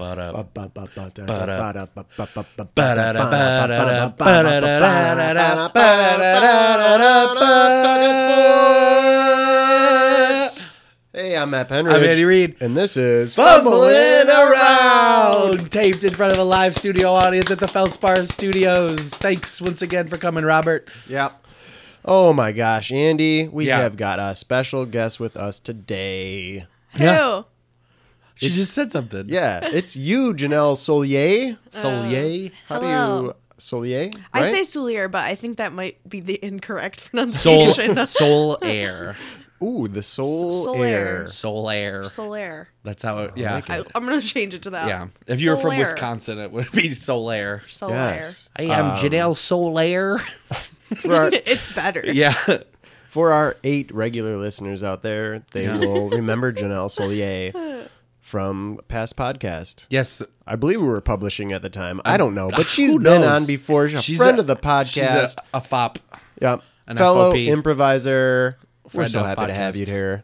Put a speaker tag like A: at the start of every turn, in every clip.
A: Ba-da.
B: Hey, I'm Matt Penridge.
A: I'm Andy Reid.
B: And this is
A: Fumbling around, taped in front of a live studio audience at the Feldspar Studios. Thanks once again for coming, Robert.
B: Yep. Oh my gosh, Andy, we
A: Yeah.
B: have got a special guest with us today.
A: Yeah.
C: Yeah.
A: She just said something.
B: Yeah, it's you, Janelle Solier.
A: Solier.
B: How do you
C: Uh, Hello.
B: Solier? Right?
C: I say Soulier, but I think that might be the incorrect
A: Soul,
C: pronunciation.
A: soul air,
B: ooh, the soul,
C: Sol-
B: air.
A: soul air.
C: Solaire.
A: That's how it. Yeah,
C: I, I'm gonna change it to that.
A: yeah. If you were from
C: Solaire.
A: Wisconsin, it would be soul air.
C: Solaire.
A: I am Janelle Solaire.
B: For our,
C: it's better.
A: yeah.
B: for our eight regular listeners out there, they
A: Yeah.
B: will remember Janelle Solier from past podcast.
A: Yes.
B: I believe we were publishing at the time. I don't know, but she's
A: Uh, Who
B: been
A: knows?
B: on before. She's a friend of the podcast.
A: She's a, a fop.
B: Yep.
A: An
B: Fellow
A: FOP.
B: improviser. We're
A: Friend
B: so
A: of
B: happy to have
A: podcast.
B: you here.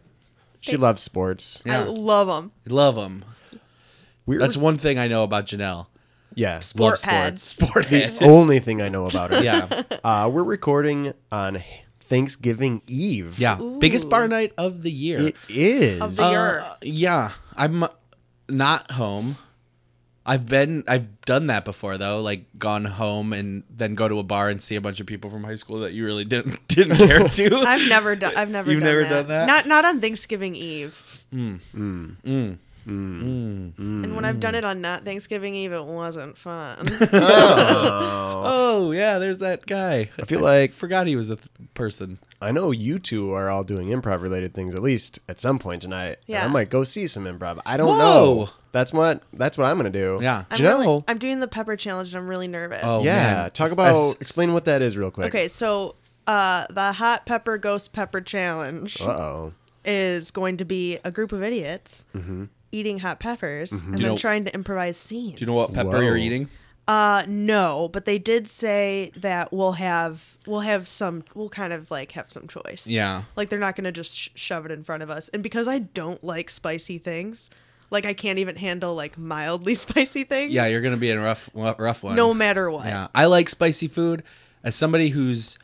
B: She loves sports.
C: I love them.
A: Love them.
B: We're,
A: That's one thing I know about Janelle.
B: yeah.
A: Love
C: Sport head.
A: sports. Sport
B: The
A: head.
B: only thing I know about her.
A: yeah.
B: Uh, we're recording on Thanksgiving Eve.
A: Yeah. Biggest bar night of the year.
B: It is.
C: Of the year.
A: Uh, yeah. I'm not home. I've been I've done that before though, like gone home and then go to a bar and see a bunch of people from high school that you really didn't didn't care to.
C: I've never done. I've never.
A: You've
C: done
A: never
C: that.
A: done that? Mm.
C: Not not on Thanksgiving Eve. And when I've done it on not Thanksgiving Eve, it wasn't fun.
A: oh yeah, there's that guy.
B: I feel like
A: Forgot he was a th- person.
B: I know you two are all doing improv related things at least at some point tonight. and
C: Yeah.
B: I might go see some improv. I
A: Whoa.
B: don't know. That's what that's what I'm gonna do.
A: Yeah.
C: I'm,
B: Janelle.
C: really- I'm doing the pepper challenge, and I'm really nervous.
A: Oh,
B: yeah.
A: man.
B: Talk about
A: That's-
B: explain what that is real quick.
C: Okay, so uh, the hot pepper ghost pepper challenge.
B: Uh oh.
C: is going to be a group of idiots eating hot peppers and
A: You
C: then
A: know-
C: trying to improvise scenes.
A: Do you know what pepper you're
B: Whoa.
A: eating?
C: Uh, no, but they did say that we'll have we'll have some we'll kind of like have some choice.
A: Yeah.
C: like they're not gonna just sh- shove it in front of us. And because I don't like spicy things, like I can't even handle like mildly spicy things.
A: Yeah, you're gonna be in a rough rough one.
C: no matter what.
A: Yeah, I like spicy food. As somebody who's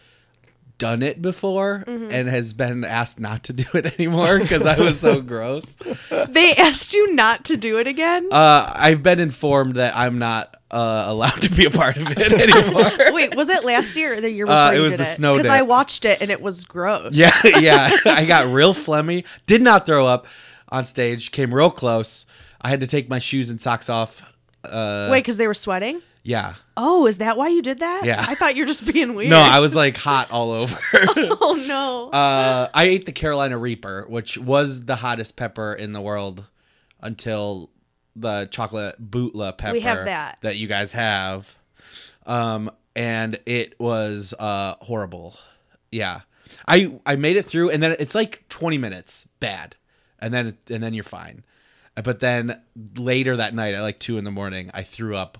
A: done it before
C: Mm-hmm.
A: and has been asked not to do it anymore because I was so gross, uh,
C: They asked you not to do it again.
A: I've been informed that I'm not uh, allowed to be a part of it anymore.
C: Wait, was it last year or the year before?
A: Uh, it
C: you
A: was
C: did
A: the snow
C: Because
A: day.
C: I watched it and it was gross.
A: yeah, yeah. I got real phlegmy. Did not throw up on stage. Came real close. I had to take my shoes and socks off. Uh,
C: Wait, because they were sweating.
A: yeah.
C: Oh, is that why you did that?
A: Yeah.
C: I thought you were just being weird.
A: No, I was like hot all over.
C: Oh no.
A: Uh, I ate the Carolina Reaper, which was the hottest pepper in the world until the chocolate bootla pepper
C: have that.
A: you guys have. Um, and it was uh, horrible. Yeah. I I made it through and then it's like 20 minutes bad. And then and then you're fine. But then later that night at like 2 in the morning, I threw up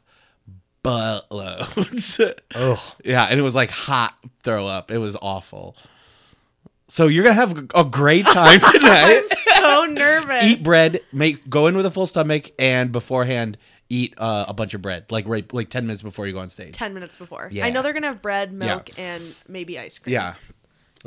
A: buttloads.
B: Oh.
A: Yeah, and it was like hot throw up. It was awful. So you're gonna have a great time tonight.
C: so nervous.
A: eat bread. Make go in with a full stomach, and beforehand eat uh, a bunch of bread, like right, like ten minutes before you go on stage.
C: Ten minutes before.
A: Yeah.
C: I know they're gonna have bread, milk, and maybe ice cream.
A: Yeah,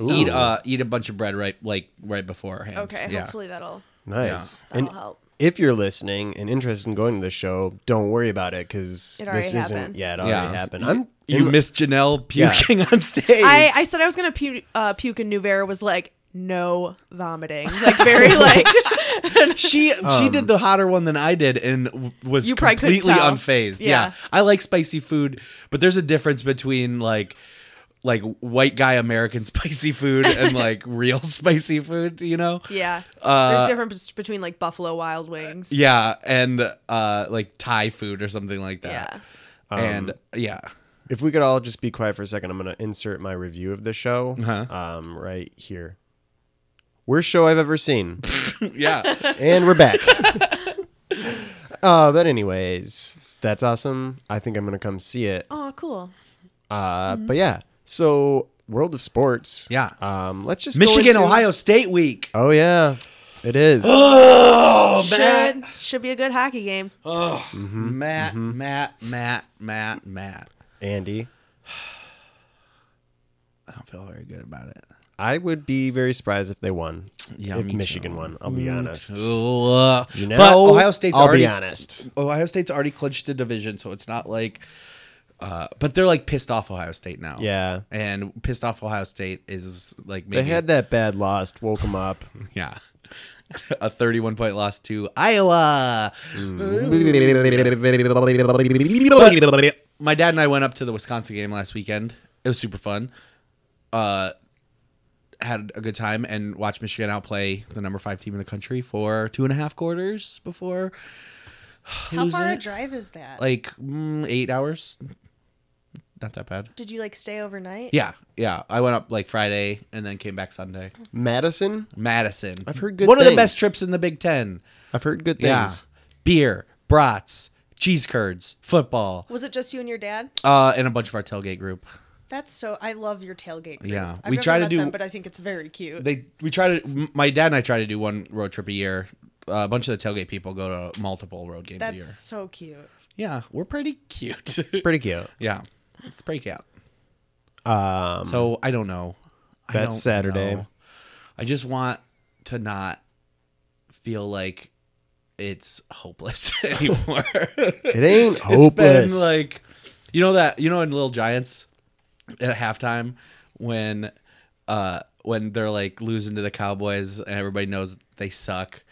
A: eat uh, eat a bunch of bread right, like right beforehand.
C: Okay.
A: Yeah.
C: Hopefully that'll
B: Nice.
C: that'll help.
B: if you're listening and interested in going to the show, don't worry about it because
C: It
B: this
C: already
B: isn't.
C: happened.
B: Yeah, it already
A: Yeah.
B: happened.
A: You-
B: I'm
A: you missed Janelle
B: Yeah.
A: puking on stage.
C: I, I said I was gonna puke, uh, puke, and Nuvera was like, "No vomiting," like very like.
A: she she
B: Um,
A: did the hotter one than I did and w- was
C: You probably couldn't
A: completely
C: tell.
A: unfazed. Yeah.
C: Yeah.
A: I like spicy food, but there's a difference between like like white guy American spicy food and like real spicy food, you know?
C: yeah.
A: Uh,
C: There's difference between like Buffalo Wild Wings.
A: Yeah, and uh like Thai food or something like that.
C: Yeah.
A: and
B: Um,
A: yeah.
B: If we could all just be quiet for a second, I'm going to insert my review of the show
A: Uh-huh.
B: um, right here. Worst show I've ever seen.
A: yeah.
B: and we're back. uh, but, anyways, that's awesome. I think I'm going to come see it.
C: Oh, cool.
B: Uh, But, yeah, so world of sports.
A: Mm-hmm. Yeah.
B: Um, let's just go
A: Michigan
B: into-
A: Ohio State week.
B: Oh, yeah. It is.
A: Oh, Matt.
C: Should should be a good hockey game.
A: Oh,
B: Mm-hmm.
A: Matt, Matt, Matt, Matt, Matt.
B: Andy,
A: I don't feel very good about it.
B: I would be very surprised if they won.
A: Yeah,
B: if
A: me
B: Michigan
A: too.
B: won, I'll be honest.
A: Ugh.
B: You
A: but
B: know,
A: Ohio State's
B: I'll
A: already
B: be honest.
A: Ohio State's already clinched the division, so it's not like. Uh, but they're like pissed off Ohio State now.
B: Yeah.
A: and pissed off Ohio State is like
B: They
A: maybe
B: had that bad loss, woke them up.
A: yeah. A 31 point loss to Iowa.
B: Mm.
A: My dad and I went up to the Wisconsin game last weekend. It was super fun. Uh, had a good time and watched Michigan outplay the number five team in the country for two and a half quarters before.
D: How far a
A: losing it.
D: drive is that?
A: Like mm, eight hours. Not that bad.
D: Did you like stay overnight?
A: Yeah, yeah. I went up like Friday and then came back Sunday.
B: Madison,
A: Madison.
B: I've heard good
A: One of the
B: things.
A: best trips in the Big Ten.
B: I've heard good things.
A: Yeah. Beer, brats, cheese curds, football,
D: Was it just you and your dad?
A: uh, and a bunch of our tailgate group.
D: That's so. I love your tailgate. Group.
A: Yeah.
D: I've
A: We
D: never
A: try to
D: met
A: do-
D: them, but I think it's very cute.
A: They we try to. m- My dad and I try to do one road trip a year. Uh, a bunch of the tailgate people go to multiple road games a
D: That's
A: year.
D: so cute.
A: Yeah, we're pretty cute.
B: It's pretty cute.
A: yeah, it's pretty cute.
B: Um,
A: So I don't know. I
B: That's
A: don't
B: Saturday.
A: know. I just want to not feel like it's hopeless anymore.
B: it ain't
A: It's
B: hopeless.
A: been like, you know that you know in Little Giants at halftime when uh when they're like losing to the Cowboys and everybody knows they suck.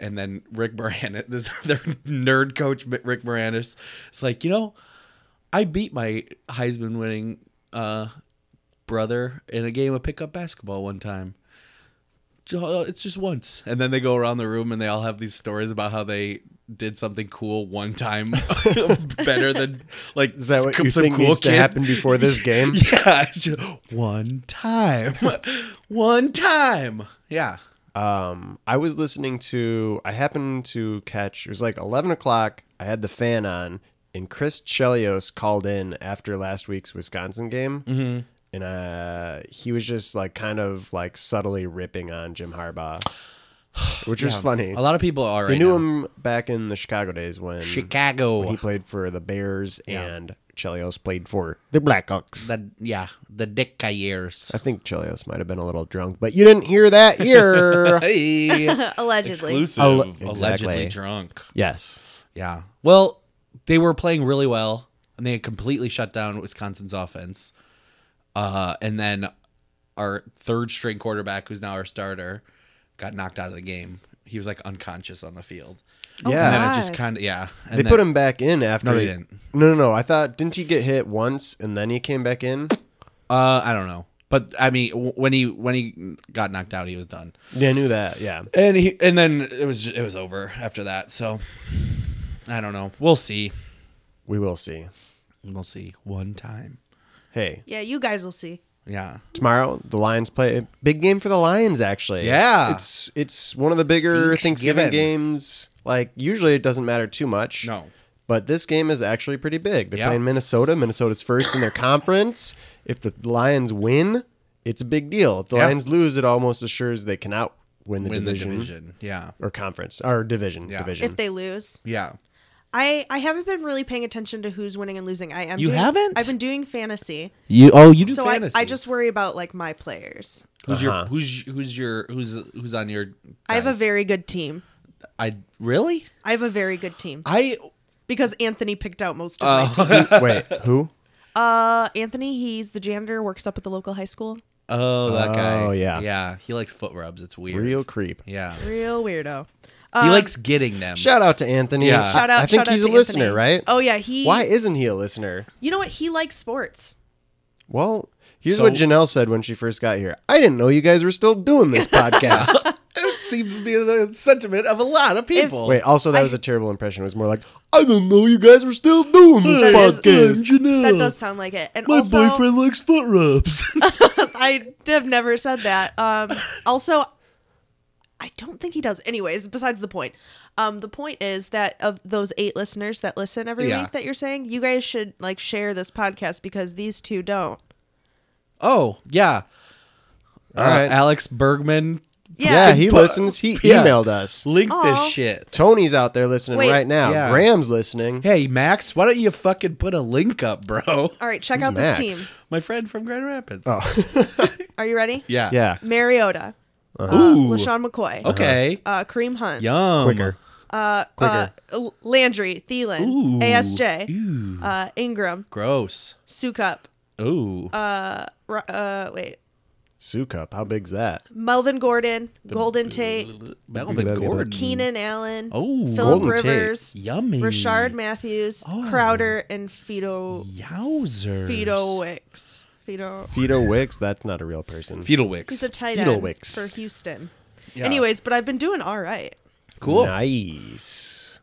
A: And then Rick Moranis, this their nerd coach Rick Moranis, it's like you know, I beat my Heisman winning uh, brother in a game of pickup basketball one time. Ju- uh, It's just once. And then they go around the room and they all have these stories about how they did something cool one time better than like
B: Is that what
A: scoop
B: you
A: some
B: think needs to
A: kid.
B: happen before this game?
A: Yeah, it's just one time. one time. Yeah.
B: um, I was listening to. I happened to catch. It was like eleven o'clock. I had the fan on, and Chris Chelios called in after last week's Wisconsin game, mm-hmm. and uh, he was just like kind of like subtly ripping on Jim Harbaugh, which was funny.
A: A lot of people are right
B: I knew
A: now.
B: him back in the Chicago days when
A: Chicago.
B: he played for the Bears,
A: Yeah.
B: and Chelios played for the Blackhawks.
A: the yeah, the Dick years.
B: I think Chelios might have been a little drunk, but you didn't hear that here.
A: Hey.
C: Allegedly.
A: Exclusive.
B: Alle-
A: Allegedly
B: exactly.
A: drunk.
B: yes.
A: Yeah. Well, they were playing really well, and they had completely shut down Wisconsin's offense. Uh, and then our third string quarterback, who's now our starter, got knocked out of the game. He was like unconscious on the field.
B: Yeah.
A: Oh, And then it just
C: God.
A: kind of yeah. And
B: They
A: then-
B: put him back in after.
A: No, they didn't.
B: No, no, no. I thought didn't he get hit once and then he came back in?
A: Uh, I don't know, but I mean, w- when he when he got knocked out, he was done.
B: Yeah, I knew that. Yeah,
A: And he and then it was it was over after that. So I don't know. We'll see.
B: we will see.
A: We'll see. One time.
B: Hey,
C: Yeah, you guys will see.
A: Yeah.
B: tomorrow the Lions play big game for the Lions. Actually,
A: Yeah.
B: it's it's one of the bigger
A: Thanksgiving.
B: Thanksgiving games. Like usually it doesn't matter too much.
A: No.
B: But this game is actually pretty big. They're
A: Yeah.
B: playing Minnesota. Minnesota's first in their conference. If the Lions win, it's a big deal. If the
A: Yeah.
B: Lions lose, it almost assures they cannot win the,
A: Win
B: division,
A: the division. Yeah.
B: or conference or division.
A: Yeah.
B: Division.
C: If they lose.
A: Yeah.
C: I, I haven't been really paying attention to who's winning and losing. I am.
A: You
C: doing-
A: haven't?
C: I've been doing fantasy,
A: You oh you do
C: so I,
A: fantasy.
C: I just worry about like my players.
A: who's your
B: Uh-huh.
A: who's who's your who's who's on your.
C: I have a
A: guys?
C: very good team.
A: I really
C: I have a very good team
A: I Oh.
C: because Anthony picked out most of my team.
B: Wait, who?
C: Uh, Anthony, he's the janitor, works up at the local high school.
A: oh that guy
B: Oh, yeah.
A: yeah he likes foot rubs it's weird
B: Real creep.
A: yeah
C: Real weirdo. Um,
A: he likes getting them
B: Shout out to Anthony.
A: Yeah.
B: I-
C: Shout out!
B: I think
C: shout out
B: he's
C: to
B: a listener,
C: Anthony.
B: right?
C: Oh yeah, he.
B: Why isn't he a listener?
C: You know what? He likes sports.
B: Well, here's
A: So-
B: what Janelle said when she first got here. I didn't know you guys were still doing this podcast.
A: it seems to be the sentiment of a lot of people
B: Wait, also that was a terrible impression. It was more like, I didn't know you guys were still doing this
C: That is-
B: podcast.
C: That does sound like it. And
A: my
C: also,
A: boyfriend likes foot rubs
C: I have never said that. Um, also, I don't think he does. Anyways, besides the point, um, the point is that of those eight listeners that listen every
A: Yeah.
C: week that you're saying, you guys should like share this podcast because these two don't.
A: oh yeah Uh,
B: All right.
A: Alex Bergman
B: Yeah,
C: Yeah.
B: he
A: But-
B: listens. He
A: yeah.
B: emailed us.
A: Link
C: Aw.
A: this shit.
B: Tony's out there listening
C: Wait.
B: right now.
A: Yeah.
B: Graham's listening.
A: Hey Max, why don't you fucking put a link up, bro?
C: All right,
D: Check
B: Who's
D: out this
B: Max?
D: team.
A: My friend from Grand Rapids.
C: Are you ready?
A: yeah.
B: Oh.
A: Uh-huh.
B: Yeah. Uh-huh.
C: Mariota. uh,
A: Ooh.
C: LaShawn McCoy.
A: okay.
C: Uh, Kareem Hunt.
A: Yum.
B: Quicker.
C: Uh,
B: Quicker.
C: uh, L- Landry. Thielen.
A: Ooh.
C: ASJ.
A: Ooh.
C: Uh, Ingram.
A: Gross.
C: Sukup.
A: Ooh.
C: Uh, Ru- uh, wait.
B: Sue Cup. How big's that?
C: Melvin Gordon. Golden Tate.
A: Melvin Gordon.
C: Keenan Allen.
A: Oh.
C: Philip
B: Golden Tate. Oh.
C: Rivers.
A: Yummy.
C: Rashard Matthews. Crowder. And Fido.
A: Yowzers.
C: Fido Wicks. Fido.
B: Fido Wicks. That's not a real person.
A: Fetal wicks.
C: He's a tight
B: Fido
C: end
B: Wicks.
C: for Houston.
A: Yeah.
C: Anyways, but I've been doing all right.
A: Cool.
B: Nice.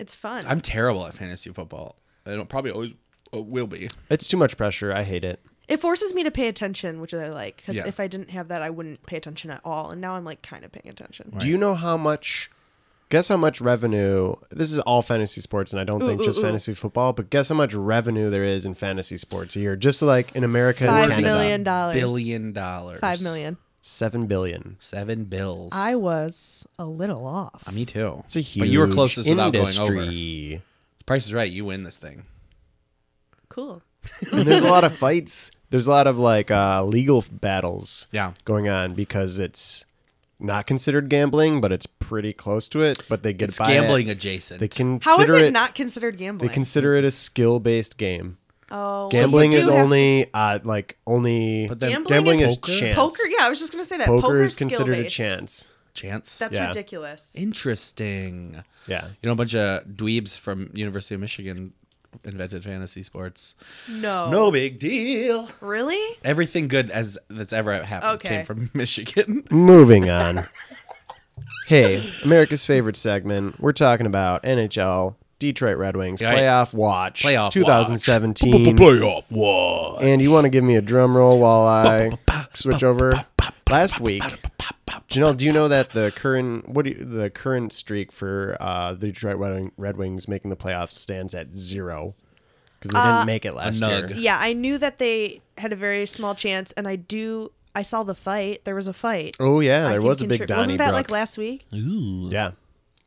C: It's fun.
A: I'm terrible at fantasy football. I don't probably always uh, will be.
B: It's too much pressure. I hate it.
C: it forces me to pay attention, which I like. Because
A: Yeah.
C: if I didn't have that, I wouldn't pay attention at all. And now I'm like kind of paying attention.
B: Do you know how much? Guess how much revenue? This is all fantasy sports, and I don't think
C: ooh,
B: just
C: ooh.
B: fantasy football. But guess how much revenue there is in fantasy sports a year? Just like in America, and
C: Five
B: Canada.
C: million dollars.
A: Billion dollars.
C: Five million.
B: seven billion.
A: Seven bills.
C: I was a little off.
A: Uh, me too.
B: It's a huge.
A: But you were closest without going over.
B: industry.
A: Price is right. You win this thing.
C: Cool.
B: and there's a lot of fights. There's a lot of like uh, legal battles
A: Yeah.
B: going on because it's not considered gambling, but it's pretty close to it. But they get
A: It's
B: by it.
A: gambling adjacent.
B: They consider
C: How is it,
B: it
C: not considered gambling?
B: They consider it a skill based game.
C: oh, well, you
B: Gambling
C: do
B: is
C: have to-
B: only uh, like only
A: But then
C: Gambling
B: gambling
C: is
B: is
A: poker?
B: chance.
C: poker. Yeah, I was just gonna say that.
B: Poker
C: Poker's
B: is considered a
C: skill-based.
B: chance.
A: chance.
C: That's
B: Yeah.
C: ridiculous.
A: interesting.
B: Yeah.
A: You know, a bunch of dweebs from University of Michigan invented fantasy sports.
C: No.
A: No big deal.
C: Really?
A: Everything good as that's ever happened
C: Okay.
A: came from Michigan.
B: Moving on. hey, America's favorite segment. We're talking about NHL, Detroit Red Wings
A: Right.
B: playoff watch,
A: Playoff watch.
B: 2017.
A: Playoff one.
B: And you want to give me a drum roll while I switch over? Last week, Janelle, do you know that the current what do you, the current streak for uh, the Detroit Red, Wing, Red Wings making the playoffs stands at zero because they
C: Uh,
B: didn't make it last
A: nug.
B: year.
C: Yeah, I knew that they had a very small chance, and I do. I saw the fight. There was a fight.
B: Oh yeah,
C: I
B: there
C: can
B: was a big
C: contrib-
B: Donny
C: Wasn't that like last week?
B: yeah,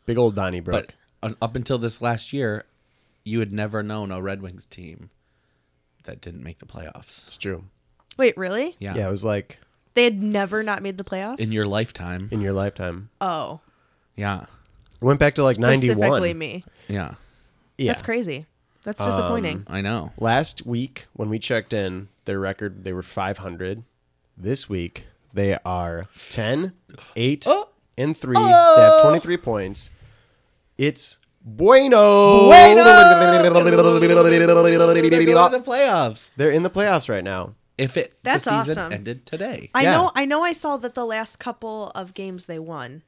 B: big old Donny Brook.
A: But uh, up until this last year, you had never known a Red Wings team that didn't make the playoffs.
B: It's true.
C: Wait, really?
A: Yeah.
B: Yeah, it was like
C: They had never not made the playoffs.
A: In your lifetime.
B: in your lifetime.
C: oh,
A: Yeah.
B: It went back to like ninety
C: specifically
B: one.
C: me.
A: Yeah.
B: Yeah.
C: That's crazy. That's
B: Um,
C: disappointing.
A: I know.
B: Last week when we checked in, their record they were 500. This week they are 10, 8,
A: Oh.
B: and 3. They have 23 points. It's bueno.
A: the playoffs.
B: They're in the playoffs right now.
A: If it
C: That's
A: the season
C: awesome.
A: ended today.
C: I
B: yeah.
C: know. I know. I saw that the last couple of games they won.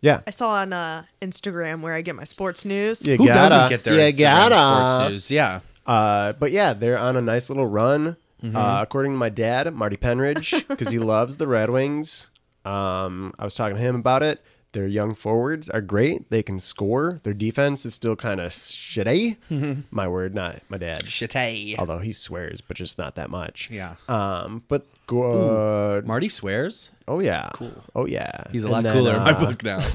B: Yeah.
C: I saw on uh, Instagram where I get my sports news.
B: You
A: Who
B: gotta-
A: doesn't get their
B: you
A: Instagram
B: gotta.
A: sports news? Yeah.
B: Uh, but yeah, they're on a nice little run.
A: Mm-hmm.
B: Uh, according to my dad, Marty Penridge, because he loves the Red Wings. Um, I was talking to him about it. Their young forwards are great. They can score. Their defense is still kind of shitty. my word, not my dad.
A: Shitty.
B: Although he swears, but just not that much.
A: Yeah.
B: Um, but good.
A: Marty swears.
B: Oh yeah. Cool. Oh yeah.
A: He's a
B: And
A: lot
B: then,
A: cooler in my
B: uh,
A: book now.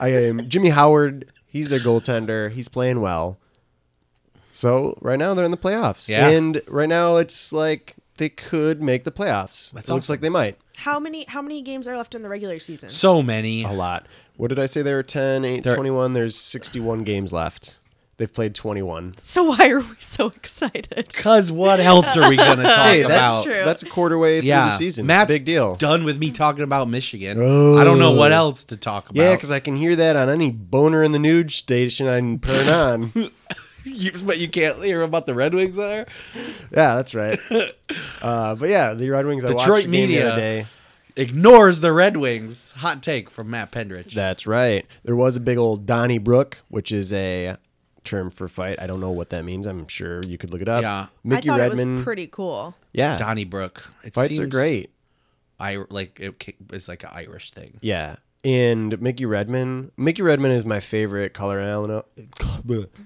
B: I am Jimmy Howard. He's their goaltender. He's playing well. So right now they're in the playoffs.
A: Yeah.
B: And right now it's like they could make the playoffs.
A: That's
B: it looks
A: awesome.
B: like they might.
C: How many? How many games are left in the regular season?
A: so many.
B: A lot. What did I say? They were 10, 8,
A: They're-
B: 21. There's 61 games left. They've played 21.
C: So why are we so excited?
A: Cause what else are we gonna talk
B: Hey, that's
A: about?
C: true.
B: That's a quarter way through
A: Yeah,
B: the season.
A: Matt's
B: That's a big deal. Oh.
A: Done with me talking about Michigan. I don't know what else to talk about.
B: Yeah, because I can hear that on any boner in the nude station I can turn on.
A: you, but you can't hear about the Red Wings there.
B: yeah, that's right. Uh, but yeah, the Red Wings. I
A: Detroit
B: watched the game the
A: media.
B: other day.
A: Ignores the Red Wings. Hot take from Matt Pendrich.
B: That's right. There was a big old Donny Brook, which is a term for fight. I don't know what that means. I'm sure you could look it up.
A: Yeah.
B: Mickey
C: I thought it
B: Redmond.
C: was pretty cool.
B: yeah.
A: Donnybrook. It
B: Fights are
A: seems
B: great.
A: I like it ca- it's like an Irish thing.
B: Yeah. And Mickey Redmond. Mickey Redmond is my favorite color anal-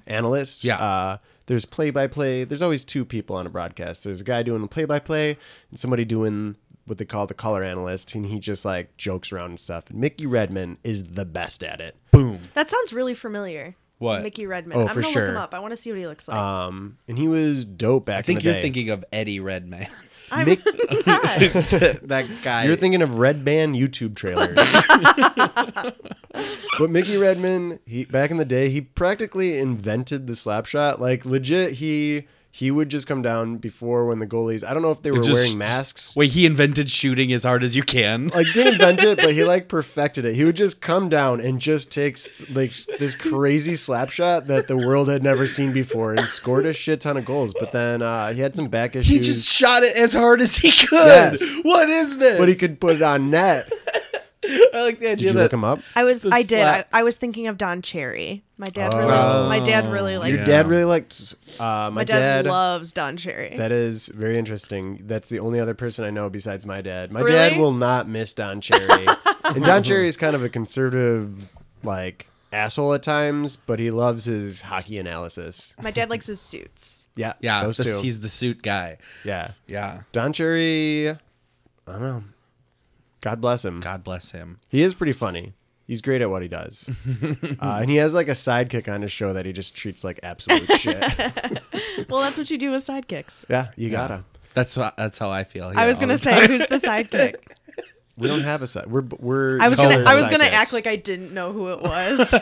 B: analyst.
A: Yeah.
B: Uh, there's play by play. There's always two people on a broadcast. There's a guy doing the play by play and somebody doing what they call the color analyst, and he just like jokes around and stuff. And Mickey Redman is the best at it.
A: Boom.
C: That sounds really familiar.
A: What?
C: Mickey Redman.
B: Oh,
C: I'm
B: for
C: gonna look him
B: sure.
C: up. I want to see what he looks like.
B: Um, and he was dope back.
A: I think
B: in the
A: you're
B: day.
A: thinking of Eddie Redman.
C: I'm
B: Mick-
C: not.
A: that guy.
B: You're thinking of Red Band YouTube trailers. but Mickey Redman, he back in the day, he practically invented the slap shot. Like legit, he he would just come down before when the goalies. I don't know if they were
A: just-
B: wearing masks.
A: Wait, he invented shooting as hard as you can.
B: Like didn't invent it, but he like perfected it. He would just come down and just takes like this crazy slap shot that the world had never seen before and scored a shit ton of goals. But then uh, he had some back issues.
A: He just shot it as hard as he could.
B: Yes.
A: What is this?
B: but he could put it on net.
A: I like the idea
B: Did you
A: that
B: look him up?
C: I was.
A: The
C: I did. I,
A: slap.
C: I was thinking of Don Cherry. My dad really.
B: Oh.
C: my dad really likes.
B: Your
A: Yeah.
B: dad really liked uh, my,
C: My dad, loves Don Cherry.
B: That is very interesting. That's the only other person I know besides my dad. My
C: Really?
B: dad will not miss Don Cherry. and Don Cherry is kind of a conservative, like, asshole at times, but he loves his hockey analysis.
C: my dad likes his suits.
B: Yeah.
A: Yeah,
B: Those
A: just-
B: two.
A: he's the suit guy.
B: yeah.
A: Yeah.
B: Don Cherry, I don't know. God bless him.
A: God bless him.
B: He is pretty funny. He's great at what he does. uh, and he has, like, a sidekick on his show that he just treats like absolute shit.
C: Well, that's what you do with sidekicks.
B: Yeah. You gotta.
A: That's wh- that's how I feel.
C: I was
A: to
C: gonna say who's the sidekick.
B: We don't have a side. We're, we're,
C: I was
B: color
C: gonna. I was gonna
B: sidekicks.
C: act like I didn't know who it was.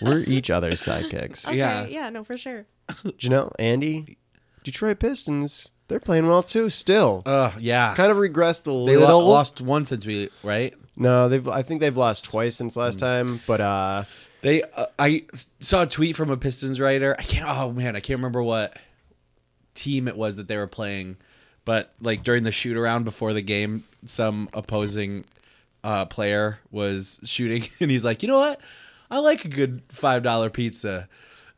B: we're each other's sidekicks.
C: Okay,
A: Yeah.
C: Yeah. No, for sure.
B: Janelle, Andy, Detroit Pistons, they're playing well too. Still,
A: Ugh, yeah.
B: kind of regressed a
A: they lo-
B: little.
A: lost one since we right.
B: No, they've. I think they've lost twice since
A: Mm.
B: last time. But uh,
A: They uh, I s- saw a tweet from a Pistons writer. I can't. Oh man, I can't remember what team it was that they were playing, but like during the shoot around before the game, some opposing uh, player was shooting, and he's like, you know what? I like a good five dollar pizza.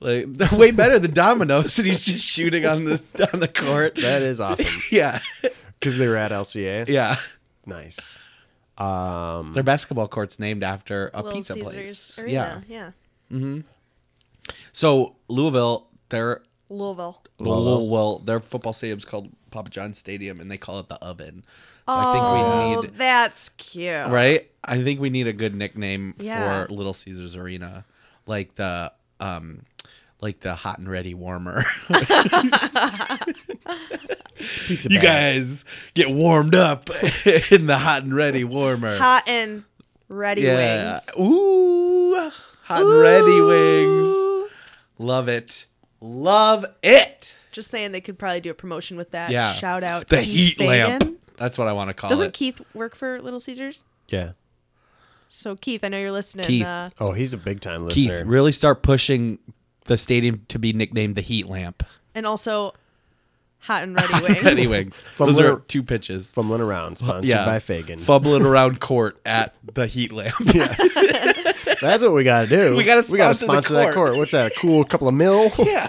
A: Like they're way better than Domino's, and he's just shooting on the on the court.
B: that is awesome
A: Yeah,
B: because they were at LCA.
A: yeah.
B: Nice. Um,
A: Their basketball court's named after a
C: Little
A: pizza
C: Caesars
A: place.
C: Arena. Yeah.
A: So Louisville, their
C: Louisville.
A: well, well, their football stadium's called Papa John's Stadium, and they call it the Oven. So I
C: oh,
A: think we need
C: that's cute.
A: right. I think we need a good nickname
C: Yeah.
A: for Little Caesars Arena, like the um, like the hot and ready warmer.
B: pizza.
A: you
B: bag.
A: guys get warmed up in the hot and ready warmer.
C: Hot and ready wings.
A: Ooh, hot and ready wings.
C: Ooh.
A: Love it. Love it.
C: Just saying, they could probably do a promotion with that.
A: Yeah.
C: Shout out
A: The heat
C: Keith Fagan.
A: lamp. Uh, That's what I want to call
C: Doesn't
A: it.
C: Keith work for Little Caesars?
B: Yeah.
C: So Keith, I know you're listening.
A: Keith.
C: Uh,
B: Oh, he's a big time
A: Keith,
B: listener.
A: really start pushing the stadium to be nicknamed the Heat Lamp.
C: and also, hot and ready wings.
A: Anyway, wings.
B: From
A: Those
B: where-
A: are two pitches.
B: Fumbling around, sponsored
A: yeah.
B: by Fagan.
A: Fumbling around court at the Heat Lamp.
B: That's what we gotta do.
A: We gotta
B: we gotta
A: sponsor the
B: sponsor that
A: court.
B: court. What's that? A cool couple of mil.
A: yeah.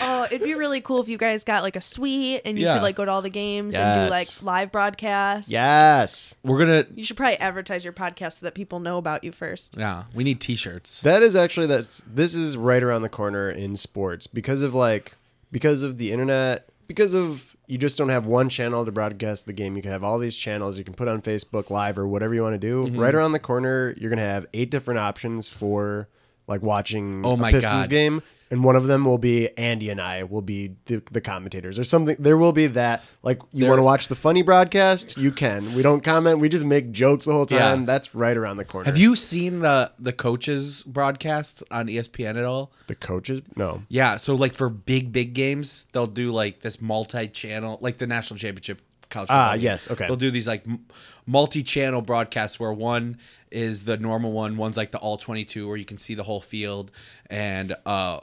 C: Oh, it'd be really cool if you guys got like a suite and you
A: Yeah.
C: could like go to all the games and do
B: Yes.
C: like live broadcasts.
B: yes.
A: We're going to.
C: You should probably advertise your podcast so that people know about you first.
A: Yeah. We need t shirts.
B: That is actually that's this is right around the corner in sports because of like because of the internet because of you just don't have one channel to broadcast the game. You can have all these channels. You can put on Facebook Live or whatever you want to do.
A: Mm-hmm.
B: Right around the corner, you're gonna have eight different options for like watching
A: Oh
B: a
A: my
B: Pistons
A: God.
B: game, and one of them will be Andy and I will be the, the commentators or something. There will be that like you
A: There-
B: want to watch the funny broadcast, you can. We don't comment. We just make jokes the whole
A: Yeah.
B: time. That's right around the corner.
A: Have you seen the, the coaches broadcast on E ESPN at all?
B: the coaches? No.
A: Yeah, so like for big big games, they'll do like this multi-channel, like the national championship college. football
B: Ah,
A: game.
B: yes, okay.
A: They'll do these like m- multi-channel broadcasts where one is the normal one, one's like the all twenty-two where you can see the whole field, and uh,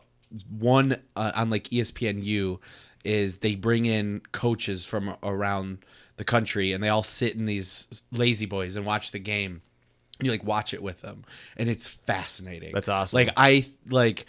A: one uh, on like ESPNU is they bring in coaches from around the country and they all sit in these lazy boys and watch the game. You like watch it with them, and it's fascinating.
B: That's awesome.
A: Like I like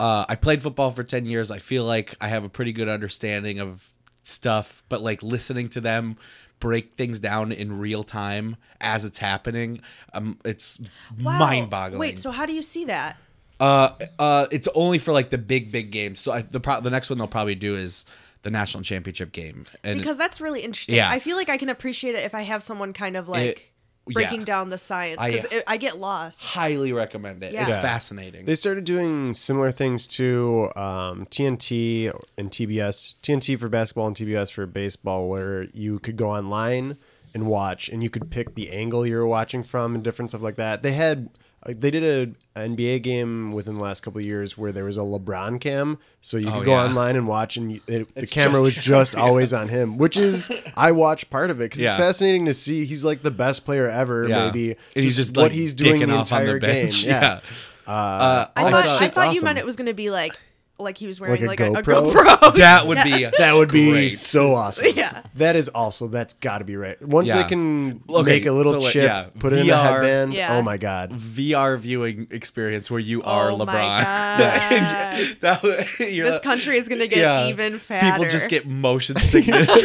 A: uh, I played football for 10 years. I feel like I have a pretty good understanding of stuff, but like listening to them break things down in real time as it's happening, um, it's
C: Wow.
A: mind boggling.
C: Wait, so how do you see that?
A: uh, uh, it's only for like the big, big games. So I, the, pro- the next one they'll probably do is the national championship game. And
C: because that's really interesting.
A: Yeah.
C: I feel like I can appreciate it if I have someone kind of
A: It-
C: like
A: yeah.
C: breaking down the science
A: I-
C: because I, get lost.
A: highly recommend it.
C: Yeah.
A: It's
C: Yeah.
A: fascinating.
B: They started doing similar things to um, TNT and TBS. TNT for basketball and TBS for baseball, where you could go online and watch, and you could pick the angle you were watching from and different stuff like that. They had like, they did a NBA game within the last couple of years where there was a LeBron cam, so you
A: Oh,
B: could go
A: yeah.
B: online and watch, and you, it, the
A: It's
B: camera
A: just
B: was
A: him,
B: just
A: yeah.
B: always on him, which is I watched part of it because
A: Yeah.
B: it's fascinating to see. He's like the best player ever,
A: Yeah.
B: maybe.
A: And he's just, like, dicking off on the bench.
B: game. Yeah. Uh,
C: I
A: Also,
C: thought, I
A: shit's
C: thought you meant it was going to be like like he was wearing
B: Like
C: like,
B: a
C: a, a
B: GoPro?
C: GoPro.
A: that would be
B: That would be
A: great.
B: so awesome.
C: Yeah.
B: That is also, that's got to be right. Once
A: Yeah.
B: they can
A: Okay,
B: make a little
A: so, like,
B: chip,
A: yeah,
B: put it in a
A: VR.
B: headband,
C: Yeah.
B: oh my God.
A: VR viewing experience where you are
C: Oh
A: LeBron.
C: my
A: Yeah, that would, you're
C: this
A: like-
C: country is going to get
A: yeah.
C: even fatter.
A: People just get motion sickness.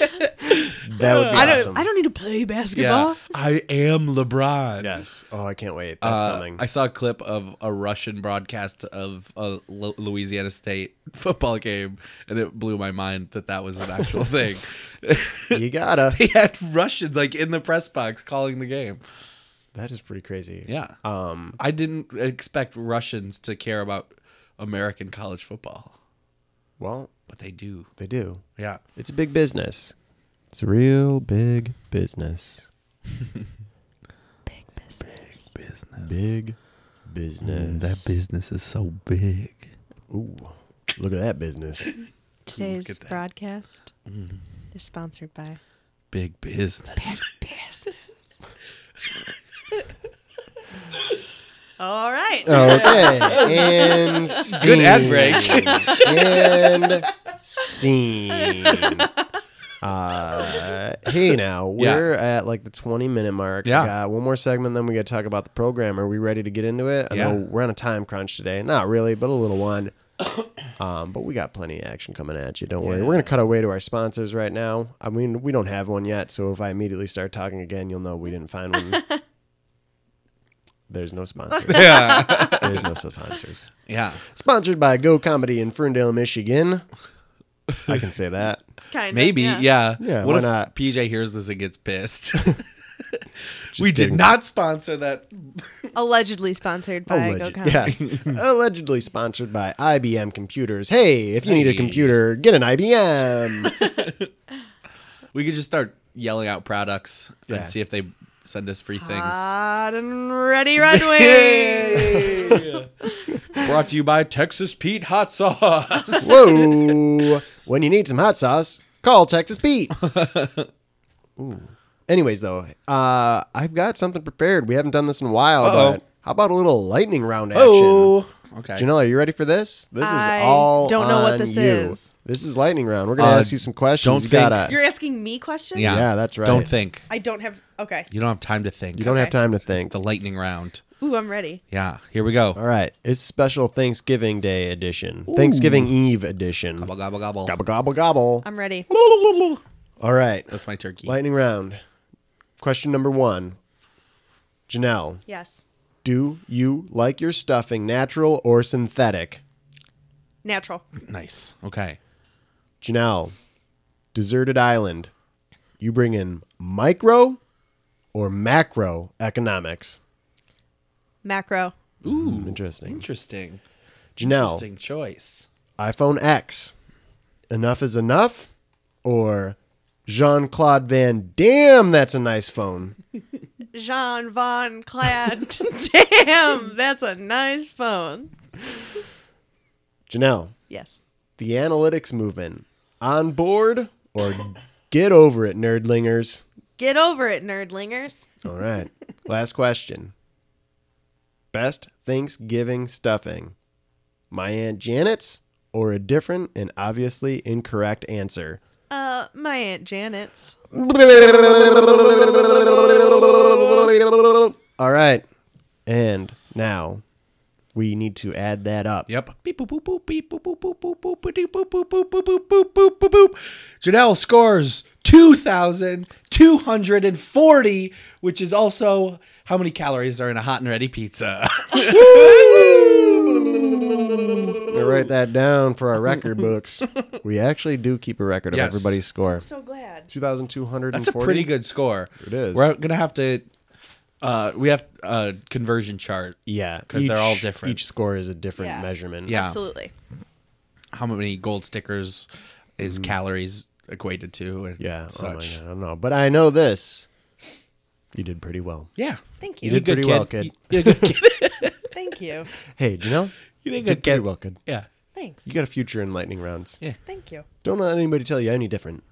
B: That would be
C: I don't.
B: awesome.
C: I don't need to play basketball.
A: yeah. I am LeBron.
B: Yes. Oh, I can't wait. That's
A: Uh,
B: coming.
A: I saw a clip of a Russian broadcast of a Lu- Louisiana State football game, and it blew my mind that that was an actual thing.
B: you gotta.
A: they had Russians like in the press box calling the game.
B: That is pretty crazy.
A: Yeah,
B: Um,
A: I didn't expect Russians to care about American college football,
B: well,
A: but they do.
B: they do.
A: Yeah,
B: It's a big business. It's a real big business.
C: Big
A: Mm,
C: business.
A: business.
B: Big
A: Mm,
B: business.
A: business is so big.
B: Ooh, look at that business.
C: Today's
A: at that. Mm.
C: broadcast is sponsored by
A: Big business.
C: business. All right.
B: Okay. and scene.
A: Good ad break.
B: and scene. Uh, hey, now we're at like the 20 minute mark. We
A: Yeah.
B: got one more segment, then we got to talk about the program. Are we ready to get into it? I
A: Yeah.
B: know we're on a time crunch today. Not really, but a little one. Um, but we got plenty of action coming at you. Don't worry. We're gonna cut our way to our sponsors right now. I mean, we don't have one yet, so if I immediately start talking again, you'll know we didn't find one. There's no sponsor.
A: yeah,
B: There's no sponsors.
A: yeah.
B: Sponsored by Go Comedy in Ferndale, Michigan. I can say that.
C: Kind of,
A: Maybe, uh, yeah.
B: Yeah,
A: what
B: why
A: if
B: not?
A: PJ hears this and gets pissed?
B: Just
A: we
B: kidding.
A: did not sponsor that.
C: Allegedly sponsored by
B: Alleged,
C: GoCon.
B: yes. Allegedly sponsored by IBM Computers. Hey, if you need a
A: Hey.
B: computer, get an IBM.
A: We could just start yelling out products
B: Yeah.
A: and see if they send us free things.
C: Hot and ready, Red Wings.
A: Yay! Brought to you by Texas Pete Hot Sauce.
B: Whoa. When you need some hot sauce, call Texas Pete. Ooh. Anyways, though, uh, I've got something prepared. We haven't done this in a while,
A: Uh-oh.
B: but how about a little lightning round action?
A: Oh, okay.
B: Janelle, are you ready for this? This is
C: I
B: all
C: don't know what
B: on
C: this
B: you.
C: is.
B: This is lightning round. We're gonna
A: Uh,
B: ask you some questions.
A: don't
B: you
A: think-
B: gotta.
C: You're asking me questions?
A: yeah,
B: Yeah, that's right.
A: Don't think.
D: I don't have. Okay.
A: You don't have time to think.
B: You don't have
D: Okay.
B: time to think.
A: the lightning round.
C: Ooh, I'm ready.
A: Yeah, here we go.
B: All right, it's special Thanksgiving Day edition, Thanksgiving Eve edition.
A: Gobble gobble gobble.
B: Gobble gobble gobble.
C: I'm ready.
B: All right,
A: That's my turkey.
B: lightning round. Question number one. Janelle,
C: Yes.
B: do you like your stuffing natural or synthetic?
C: Natural.
A: Nice. Okay.
B: Janelle, deserted island. You bring in micro or macro economics.
C: Macro.
A: Ooh,
B: Interesting.
A: interesting.
B: Janelle,
A: Hmm. Interesting choice.
B: iPhone X. Enough is enough, or Jean Claude Van Damme. That's a nice phone.
C: Jean Von Clad. Damn, that's a nice phone.
B: Janelle,
C: Yes.
B: the analytics movement. On board or get over it, nerdlingers.
C: Get over it, nerdlingers.
B: All right. Last question. Best Thanksgiving stuffing. My Aunt Janet's or a different and obviously incorrect answer.
C: Uh, my Aunt Janet's.
B: All right. And now we need to add that up.
A: Yep. Beep boop boop boop beep boop boop boop boop boop boop boop boop boop boop boop boop boop boop. Janelle scores two thousand two hundred and forty, which is also how many calories are in a hot and ready pizza.
B: All write that down for our record books. We actually do keep a record
A: Yes.
B: of everybody's score.
D: So glad.
B: 2,240.
A: That's a pretty good score.
B: It is.
A: We're gonna have to. Uh, we have a conversion chart.
B: Yeah.
A: 'Cause they're all
B: each-
A: different.
B: Each score is a different
D: Yeah.
B: measurement.
A: Yeah.
C: Absolutely.
A: How many gold stickers is calories equated to? And
B: Mm. Yeah. Oh my
A: Such.
B: God, I don't know. But I know this. You did pretty well.
A: yeah.
D: Thank
B: You
D: you.
B: did
A: Good
B: pretty well,
A: kid.
B: kid.
A: You, you're a good kid.
D: Thank you.
B: Hey, Janelle.
A: You
B: You
A: did
B: did
A: good
B: pretty
A: kid.
B: well, kid.
A: Yeah.
D: Thanks.
B: You got a future in lightning rounds.
A: Yeah.
D: Thank you.
B: Don't let anybody tell you any different.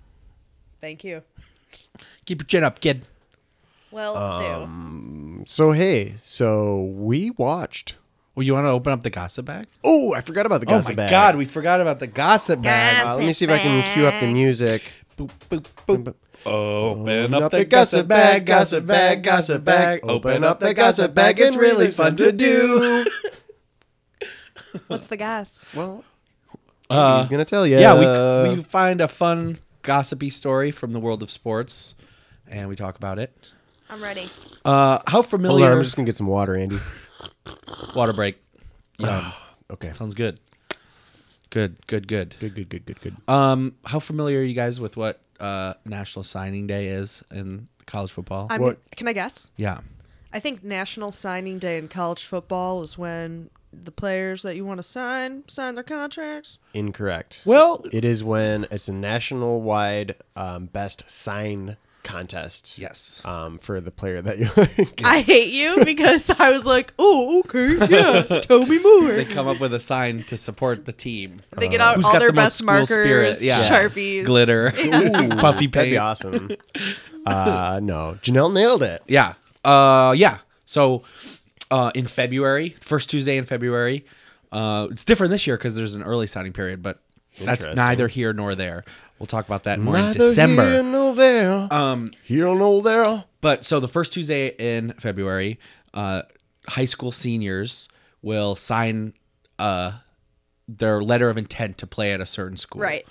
D: Thank you.
A: Keep your chin up, kid.
D: Well,
B: So hey, so we watched.
A: Well, Oh, you want to open up the gossip bag?
B: Oh, I forgot about the
A: Oh
B: gossip
A: my
B: bag.
A: god, we forgot about the gossip bag.
B: Uh, let me see if I can cue up the music.
A: Boop, boop, boop. Open
B: up the gossip bag, gossip bag, gossip bag. Open up the gossip bag. It's really fun to do.
D: what's the gas?
B: Well,
A: Uh,
B: he's gonna tell uh, you.
A: yeah, we, we find a fun gossipy story from the world of sports, and we talk about it.
C: I'm ready.
A: Uh, how
B: Hold
A: familiar?
B: on, I'm just gonna get some water, Andy.
A: Water break. Yum.
B: Okay.
A: Oh, Sounds good. Good, good, good.
B: Good, good, good, good, good.
A: Um, how familiar are you guys with what uh, National Signing Day is in college football?
C: I'm,
B: What?
C: Can I guess?
A: yeah.
C: I think National Signing Day in college football is when the players that you want to sign sign their contracts.
B: Incorrect.
A: Well,
B: it is when it's a national-wide um, best sign contest.
A: Yes.
B: Um, for the player that you like.
C: I hate you because I was like, oh, okay, yeah, tell me more.
A: they come up with a sign to support the team.
C: They get out
A: Who's
C: all
A: got
C: their
A: the most
C: best
A: school
C: markers,
A: spirit? Yeah.
C: sharpies,
A: Glitter, puffy paint.
B: That'd be awesome. uh, no, Janelle nailed it.
A: Yeah. Uh, yeah. So uh, in February, first Tuesday in February, uh, it's different this year because there's an early signing period, but that's
B: Interesting.
A: neither here nor there. We'll talk about that more in December.
B: Here nor there. Um, here nor there.
A: But so the first Tuesday in February, uh, high school seniors will sign uh, their letter of intent to play at a certain school.
C: Right.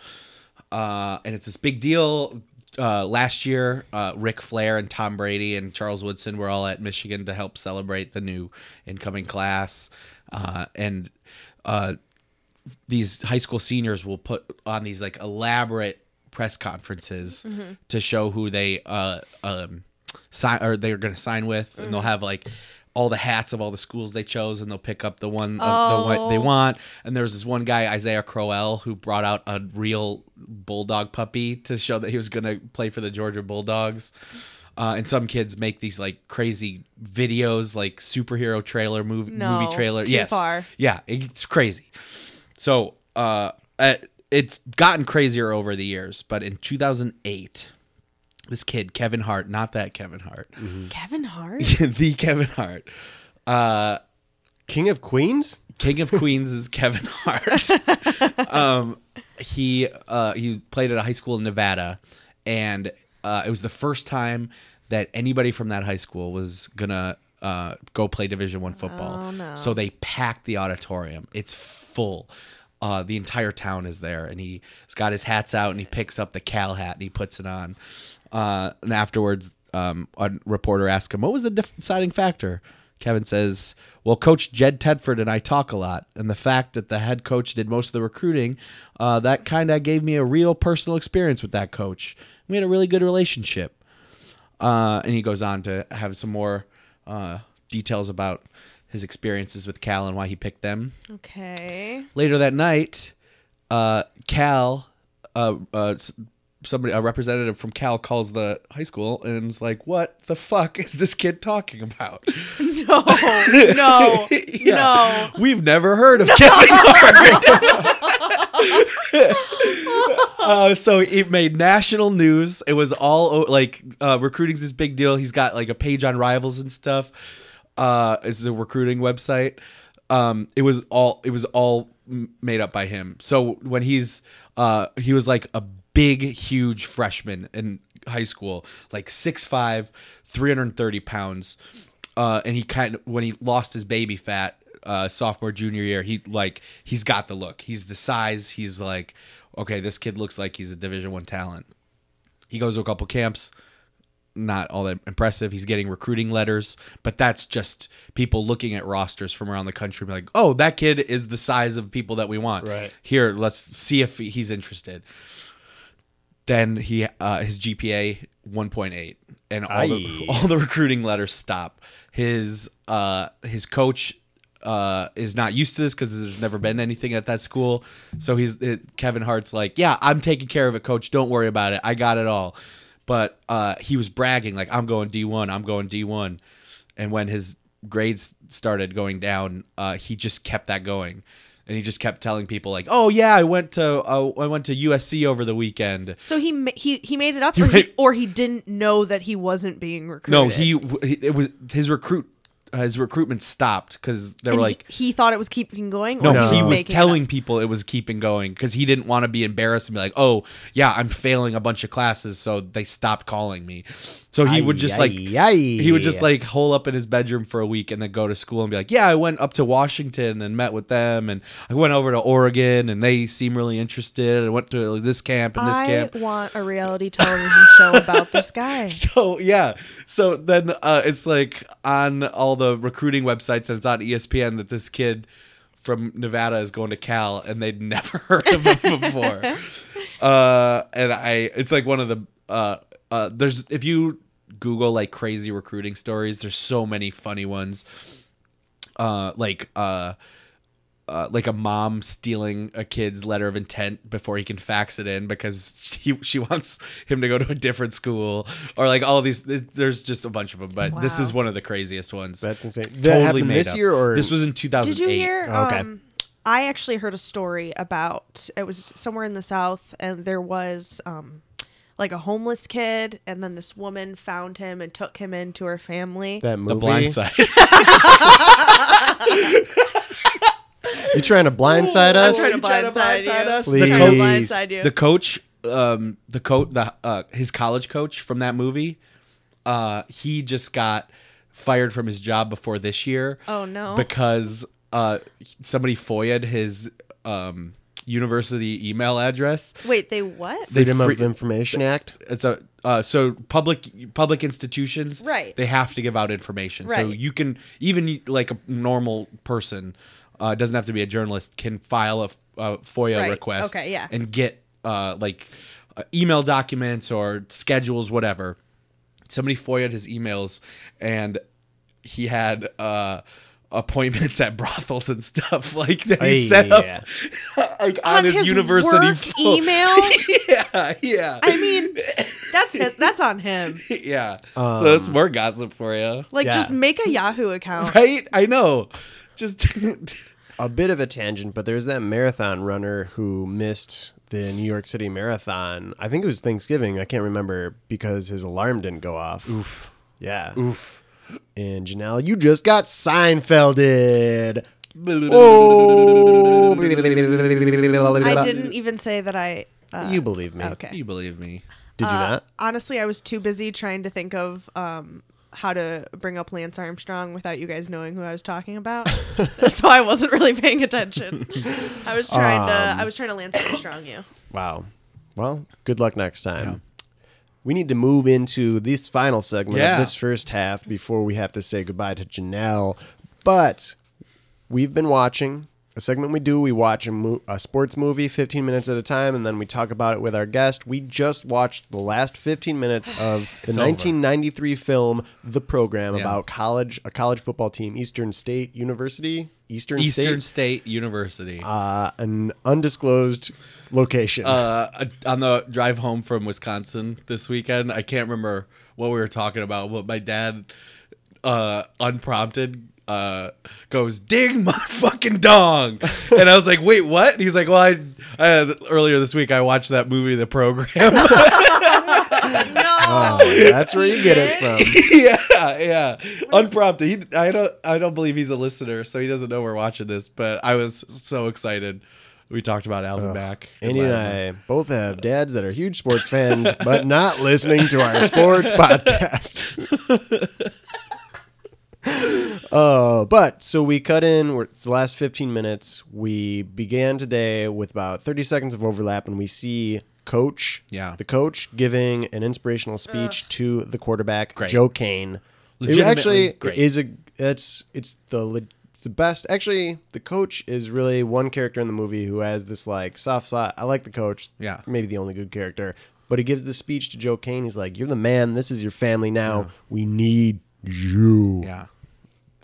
A: Uh, and it's this big deal. Uh, last year, uh, Rick Flair and Tom Brady and Charles Woodson were all at Michigan to help celebrate the new incoming class. Uh, and uh, these high school seniors will put on these like elaborate press conferences to show who they uh um sign or they're going to sign with and they'll have like all the hats of all the schools they chose and they'll pick up the one of the one they
C: Oh.
A: want and there's this one guy Isaiah Crowell who brought out a real bulldog puppy to show that he was going to play for the Georgia Bulldogs uh, and some kids make these like crazy videos like superhero trailer movie
C: No,
A: movie trailer
C: too
A: yes
C: far.
A: yeah it's crazy so uh, uh, it's gotten crazier over the years, but in 2008, this kid, Kevin Hart, not that Kevin Hart,
C: Kevin Hart.
A: the Kevin Hart,
B: King of Queens.
A: King of Queens is Kevin Hart. um, he uh, he played at a high school in Nevada, and uh, it was the first time that anybody from that high school was gonna uh, go play Division One football. So they packed the auditorium. It's full. Uh, the entire town is there, and he's got his hats out, and he picks up the Cal hat and he puts it on. Uh, and afterwards, um, a reporter asked him, "What was the def- deciding factor?" Kevin says, "Well, Coach Jed Tedford and I talk a lot, and the fact that the head coach did most of the recruiting, uh, that kind of gave me a real personal experience with that coach. We had a really good relationship." Uh, and he goes on to have some more uh, details about his experiences with Cal and why he picked them.
C: Okay.
A: Later that night, uh, Cal, uh, uh, s- somebody, a representative from Cal calls the high school and is like, "What the fuck is this kid talking about?"
C: No, no, no.
A: We've never heard of Kevin Hart. uh, so it made national news. It was all o- like uh, recruiting's this big deal. He's got like a page on Rivals and stuff. Uh, it's a recruiting website. Um, it was all it was all m- made up by him. So when he's uh, he was like a big, huge freshman in high school, like 6'5", 330 pounds. Uh, and he kind of when he lost his baby fat uh, sophomore junior year he like he's got the look he's the size he's like okay this kid looks like he's a division one talent he goes to a couple camps not all that impressive. He's getting recruiting letters, but that's just people looking at rosters from around the country, and be like, oh, that kid is the size of people that we want.
B: Right.
A: here, let's see if he's interested. Then he uh, his GPA 1.8, and all the,
B: Aye.
A: all the recruiting letters stop. His uh his coach uh is not used to this because there's never been anything at that school. So he's it, Kevin Hart's like, yeah, I'm taking care of it, coach. Don't worry about it. I got it all. But uh he was bragging like, I'm going D1. I'm going D1. And when his grades started going down, uh he just kept that going. And he just kept telling people like, "Oh yeah, I went to uh, I went to USC over the weekend."
C: So he ma- he he made it up, or he, or he didn't know that he wasn't being recruited.
A: No, he he- it was his recruit uh, his recruitment stopped because they were
C: And
A: like,
C: he, he thought it was keeping going. or
A: No,
B: No.
A: he
C: just
A: was
C: making it
A: telling
C: up?
A: people it was keeping going because he didn't want to be embarrassed and be like, "Oh, yeah, I'm failing a bunch of classes, so they stopped calling me." So he would just
B: Aye,
A: like
B: aye, aye.
A: he would just like hole up in his bedroom for a week and then go to school and be like, "Yeah, I went up to Washington and met with them, and I went over to Oregon, and they seem really interested. I went to this camp and this
C: I
A: camp."
C: want a reality television show about this guy.
A: So yeah, so then uh, it's like on all the recruiting websites and it's on E ESPN that this kid from Nevada is going to Cal, and they'd never heard of him before. uh, and I, it's like one of the uh, uh, there's if you Google like crazy recruiting stories, there's so many funny ones. Uh, like uh, uh, like a mom stealing a kid's letter of intent before he can fax it in because she she wants him to go to a different school or like all these. it- There's just a bunch of them, but this
C: Wow.
A: is one of the craziest ones.
B: That's insane. That happened this year or-
A: this was in 2008.
C: Did you hear?
B: Oh, okay.
C: Um, I actually heard a story about it was somewhere in the South, and there was um, like a homeless kid, and then this woman found him and took him into her family.
B: that movie.
A: The Blind Side.
B: You trying to blindside us?
D: trying to blindside you.
A: us.
B: Please.
A: The
D: Trying to
A: coach,
B: Please.
D: blindside you.
A: the coach, um, the coach, the uh, his college coach from that movie, uh, he just got fired from his job before this year.
C: Oh, no.
A: Because uh, somebody foia his um university email address.
C: Wait, they what?
B: Freedom
A: They
B: of
A: free-
B: Information Act.
A: It's a uh, so public public institutions.
C: Right.
A: They have to give out information. So
C: Right.
A: you can even like a normal person uh, doesn't have to be a journalist can file a, f- a FOIA
C: Right.
A: request.
C: Okay, yeah.
A: And get uh, like uh, email documents or schedules, whatever. Somebody FOIA'd his emails, and he had. Uh, appointments at brothels and stuff like that he
B: Ay,
A: set up
B: yeah.
A: like on, his, university
C: work
A: phone.
C: email.
A: yeah yeah
C: I mean, that's his, that's on him.
A: yeah. so that's more gossip for you,
C: Like,
B: Yeah.
C: just make a Yahoo account.
A: right? I know. Just
B: a bit of a tangent, but there's that marathon runner who missed the New York City Marathon. I think it was Thanksgiving. I can't remember because his alarm didn't go off. Oof. Yeah. Oof. And Janelle, you just got Seinfelded. Oh.
C: I
B: I
C: didn't even say that I. Uh,
B: You believe me?
C: okay.
A: You believe me?
B: Did you
C: Uh,
B: not?
C: Honestly, I was too busy trying to think of um, how to bring up Lance Armstrong without you guys knowing who I was talking about, so I wasn't really paying attention. I was trying
B: Um.
C: to I was trying to Lance Armstrong you.
B: Wow. Well, good luck next time. We need to move into this final segment
A: Yeah.
B: of this first half before we have to say goodbye to Janelle. But we've been watching a segment we do. We watch a, mo- a sports movie 15 minutes at a time, and then we talk about it with our guest. We just watched the last 15 minutes of the
A: It's over.
B: 1993 film The Program
A: Yeah.
B: about college, a college football team, Eastern State University, Eastern,
A: Eastern
B: State,
A: State University. Uh,
B: uh, an undisclosed location.
A: uh, on the drive home from Wisconsin this weekend, I can't remember what we were talking about, but my dad, uh, unprompted, uh, goes ding my fucking dong, and I was like, wait, what? And he's like, well, I uh, earlier this week I watched that movie, The Program.
B: Oh, that's where you get it from.
A: yeah, yeah. Unprompted. He, I don't, I don't believe he's a listener, so he doesn't know we're watching this. But I was so excited. We talked about Alvin back.
B: Andy and I both have dads that are huge sports fans, but not listening to our sports podcast. uh, but so we cut in. We're, it's the last fifteen minutes. We began today with about thirty seconds of overlap, and we see coach.
A: Yeah.
B: The coach giving an inspirational speech to the quarterback,
A: Great.
B: Joe Kane. It
A: Legitimately
B: actually
A: great.
B: is a that's it's the le- it's the best. Actually, the coach is really one character in the movie who has this like soft spot. I like the coach.
A: Yeah.
B: Maybe the only good character. But he gives the speech to Joe Kane. He's like, "You're the man. This is your family now. We need you."
A: Yeah.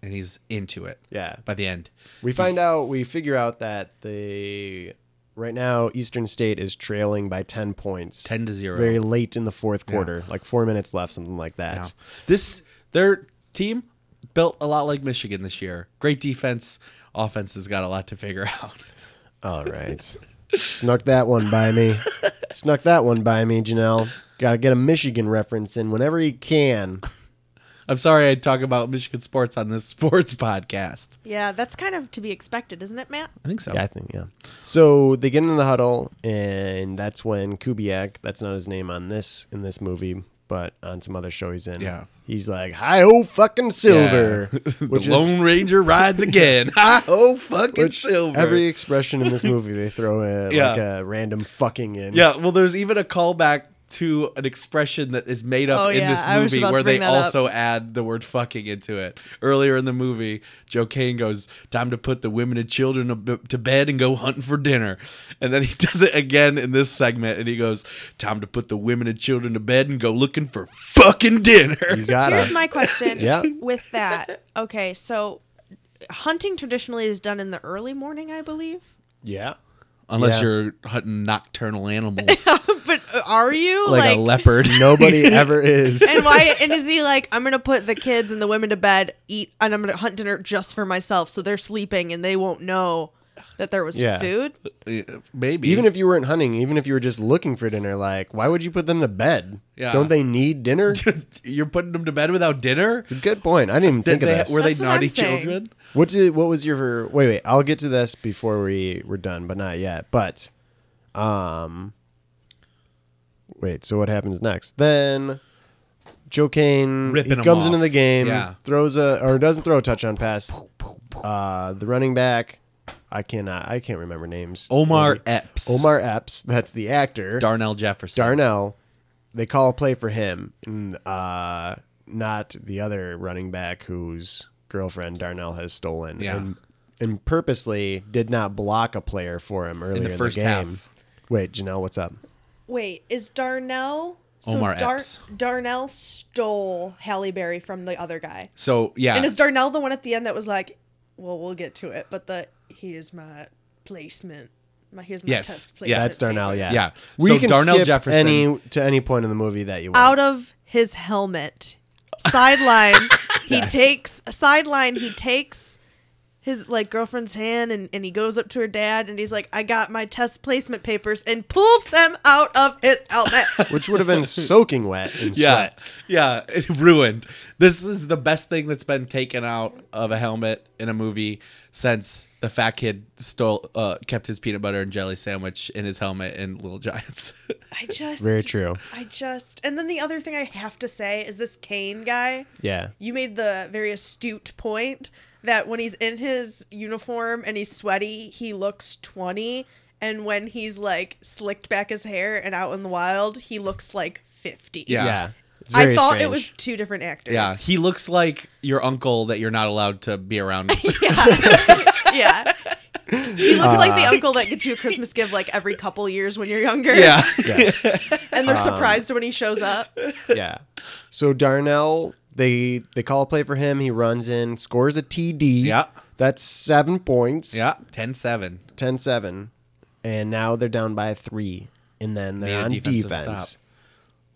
A: And he's into it.
B: Yeah.
A: By the end.
B: We find out, we figure out that the right now Eastern State is trailing by ten points,
A: 10 to 0.
B: very late in the fourth quarter, like four minutes left, something like that.
A: Yeah. This their team built a lot like Michigan this year. Great defense. Offense has got a lot to figure out.
B: All right, snuck that one by me, snuck that one by me, Janelle. Got to get a Michigan reference in whenever he can.
A: I'm sorry I talk about Michigan sports on this sports podcast.
C: Yeah, that's kind of to be expected, isn't it, Matt?
A: I think so.
B: Yeah, I think yeah. So they get into the huddle, and that's when Kubiak. That's not his name on this in this movie, but on some other show he's in.
A: Yeah.
B: he's like, "Hi, oh fucking silver,"
A: the
B: which is
A: Lone Ranger rides again. oh fucking
B: which
A: silver.
B: every expression in this movie they throw a, like
A: Yeah.
B: a random fucking in.
A: yeah, well there's even a callback to an expression that is made up
C: Oh,
A: in
C: yeah,
A: this
C: I was
A: movie
C: about to
A: where they
C: bring that up.
A: also add the word fucking into it. Earlier in the movie, Joe Kane goes, "Time to put the women and children ab- to bed and go hunting for dinner." And then he does it again in this segment and he goes, "Time to put the women and children to bed and go looking for fucking dinner."
B: you got
C: Here's
B: it.
C: my question
B: Yeah.
C: with that. Okay, so hunting traditionally is done in the early morning, I believe.
B: yeah,
A: Unless
B: Yeah.
A: you're hunting nocturnal animals
C: but uh, are you
A: like,
C: like,
A: a leopard.
B: nobody ever is.
C: and why and is he like I'm gonna put the kids and the women to bed, eat, and I'm gonna hunt dinner just for myself, so they're sleeping and they won't know that there was
B: Yeah.
C: food.
A: Uh, Maybe.
B: even if you weren't hunting, even if you were just looking for dinner, like why would you put them to bed?
A: Yeah.
B: Don't they need dinner?
A: you're putting them to bed without dinner?
B: Good point. I didn't even
A: Did
B: think of
A: they,
B: this.
A: were they
C: That's what I'm
A: naughty
C: saying.
A: children?
B: What's it, what was your wait wait I'll get to this before we we're done but not yet but um wait so what happens next then Joe Kane
A: Ripping
B: he
A: him
B: comes into
A: off.
B: the game
A: Yeah.
B: throws a or doesn't throw a touchdown pass uh the running back I cannot I can't remember names
A: Omar
B: Maybe-
A: Epps.
B: Omar Epps that's the actor
A: Darnell Jefferson.
B: Darnell, they call a play for him, and uh, not the other running back whose girlfriend Darnell has stolen.
A: Yeah.
B: And, and purposely did not block a player for him earlier in the
A: first
B: game.
A: half.
B: Wait, Janelle, what's up?
D: Wait, is Darnell? So
A: Omar
D: Dar-
A: Epps.
D: Darnell stole Halle Berry from the other guy.
A: So yeah,
D: And is Darnell the one at the end that was like, "Well, we'll get to it," but the here's my placement. My here's my
A: Yes.
D: test
A: Yeah.
D: placement.
B: That's Darnell.
D: papers."
B: Yeah,
A: Yeah.
B: We
A: So
B: can
A: Darnell
B: skip
A: Jefferson-
B: any to any point in the movie that you want.
C: Out of his helmet. Sideline. he takes sideline, he takes his like girlfriend's hand and, and he goes up to her dad and he's like, I got my test placement papers and pulls them out of his helmet.
B: which would have been soaking wet
A: yeah,
B: in sweat.
A: yeah, it ruined. This is the best thing that's been taken out of a helmet in a movie since the fat kid stole, uh, kept his peanut butter and jelly sandwich in his helmet in Little Giants.
D: I just
B: Very true.
D: I just and then the other thing I have to say is this Kane guy.
B: Yeah.
D: You made the very astute point that when he's in his uniform and he's sweaty, he looks 20. And when he's like slicked back his hair and out in the wild, he looks like 50.
A: Yeah.
B: Yeah. It's very
D: I thought it
B: strange.
D: was two different actors.
A: yeah, he looks like your uncle that you're not allowed to be around.
C: yeah. He looks like
B: Uh.
C: the uncle that gets you a Christmas gift like every couple years when you're younger.
A: yeah,
B: Yes.
D: And they're
B: Um,
D: surprised when he shows up.
B: yeah. So Darnell, they they call a play for him. He runs in, scores a TD.
A: Yeah.
B: That's seven points.
A: yeah, ten seven.
B: 10 7. And now they're down by three. And then
A: Need
B: they're
A: a
B: on
A: defensive
B: defense.
A: stop.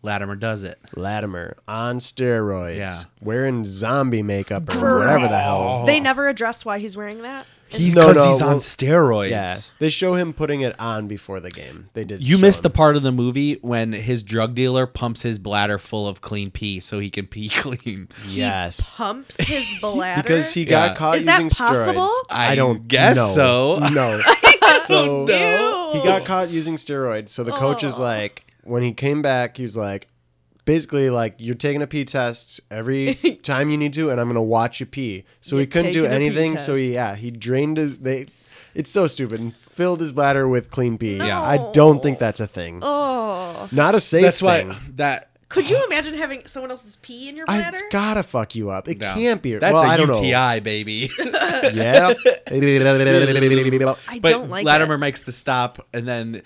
A: Latimer does it.
B: Latimer on steroids.
A: Yeah.
B: Wearing zombie makeup or whatever the hell.
C: They never address why he's wearing that.
B: He's
A: because he's on steroids.
B: Yeah. They show him putting it on before the game. They did.
A: You
B: show
A: missed the
B: him.
A: part of the movie when his drug dealer pumps his bladder full of clean pee so he can pee clean.
B: Yes.
C: Pumps his bladder.
B: Because he
A: Yeah.
B: got caught
C: Is that
B: using
C: possible?
B: steroids.
A: I guess
B: know.
A: so.
B: No. so
C: know.
B: he got caught using steroids. So the coach is like, when he came back, he was like, basically like you're taking a pee test every time you need to, and I'm gonna watch you pee. So he couldn't do
C: taking a pee
B: anything. So
C: test.
B: he yeah he drained his they. It's so stupid. And filled his bladder with clean pee.
A: Yeah.
B: I don't think that's a thing.
C: Oh.
B: Not a safe
A: That's
B: thing.
A: why that
D: Could you imagine having someone else's pee in your
B: I-
D: bladder?
B: it's gotta fuck you up. It
A: no.
B: can't be.
A: That's
B: well,
A: a
B: I don't
A: UTI
B: know.
A: baby.
B: Yeah.
C: I
A: but
C: don't like
A: Latimer
C: it.
A: makes the stop, and then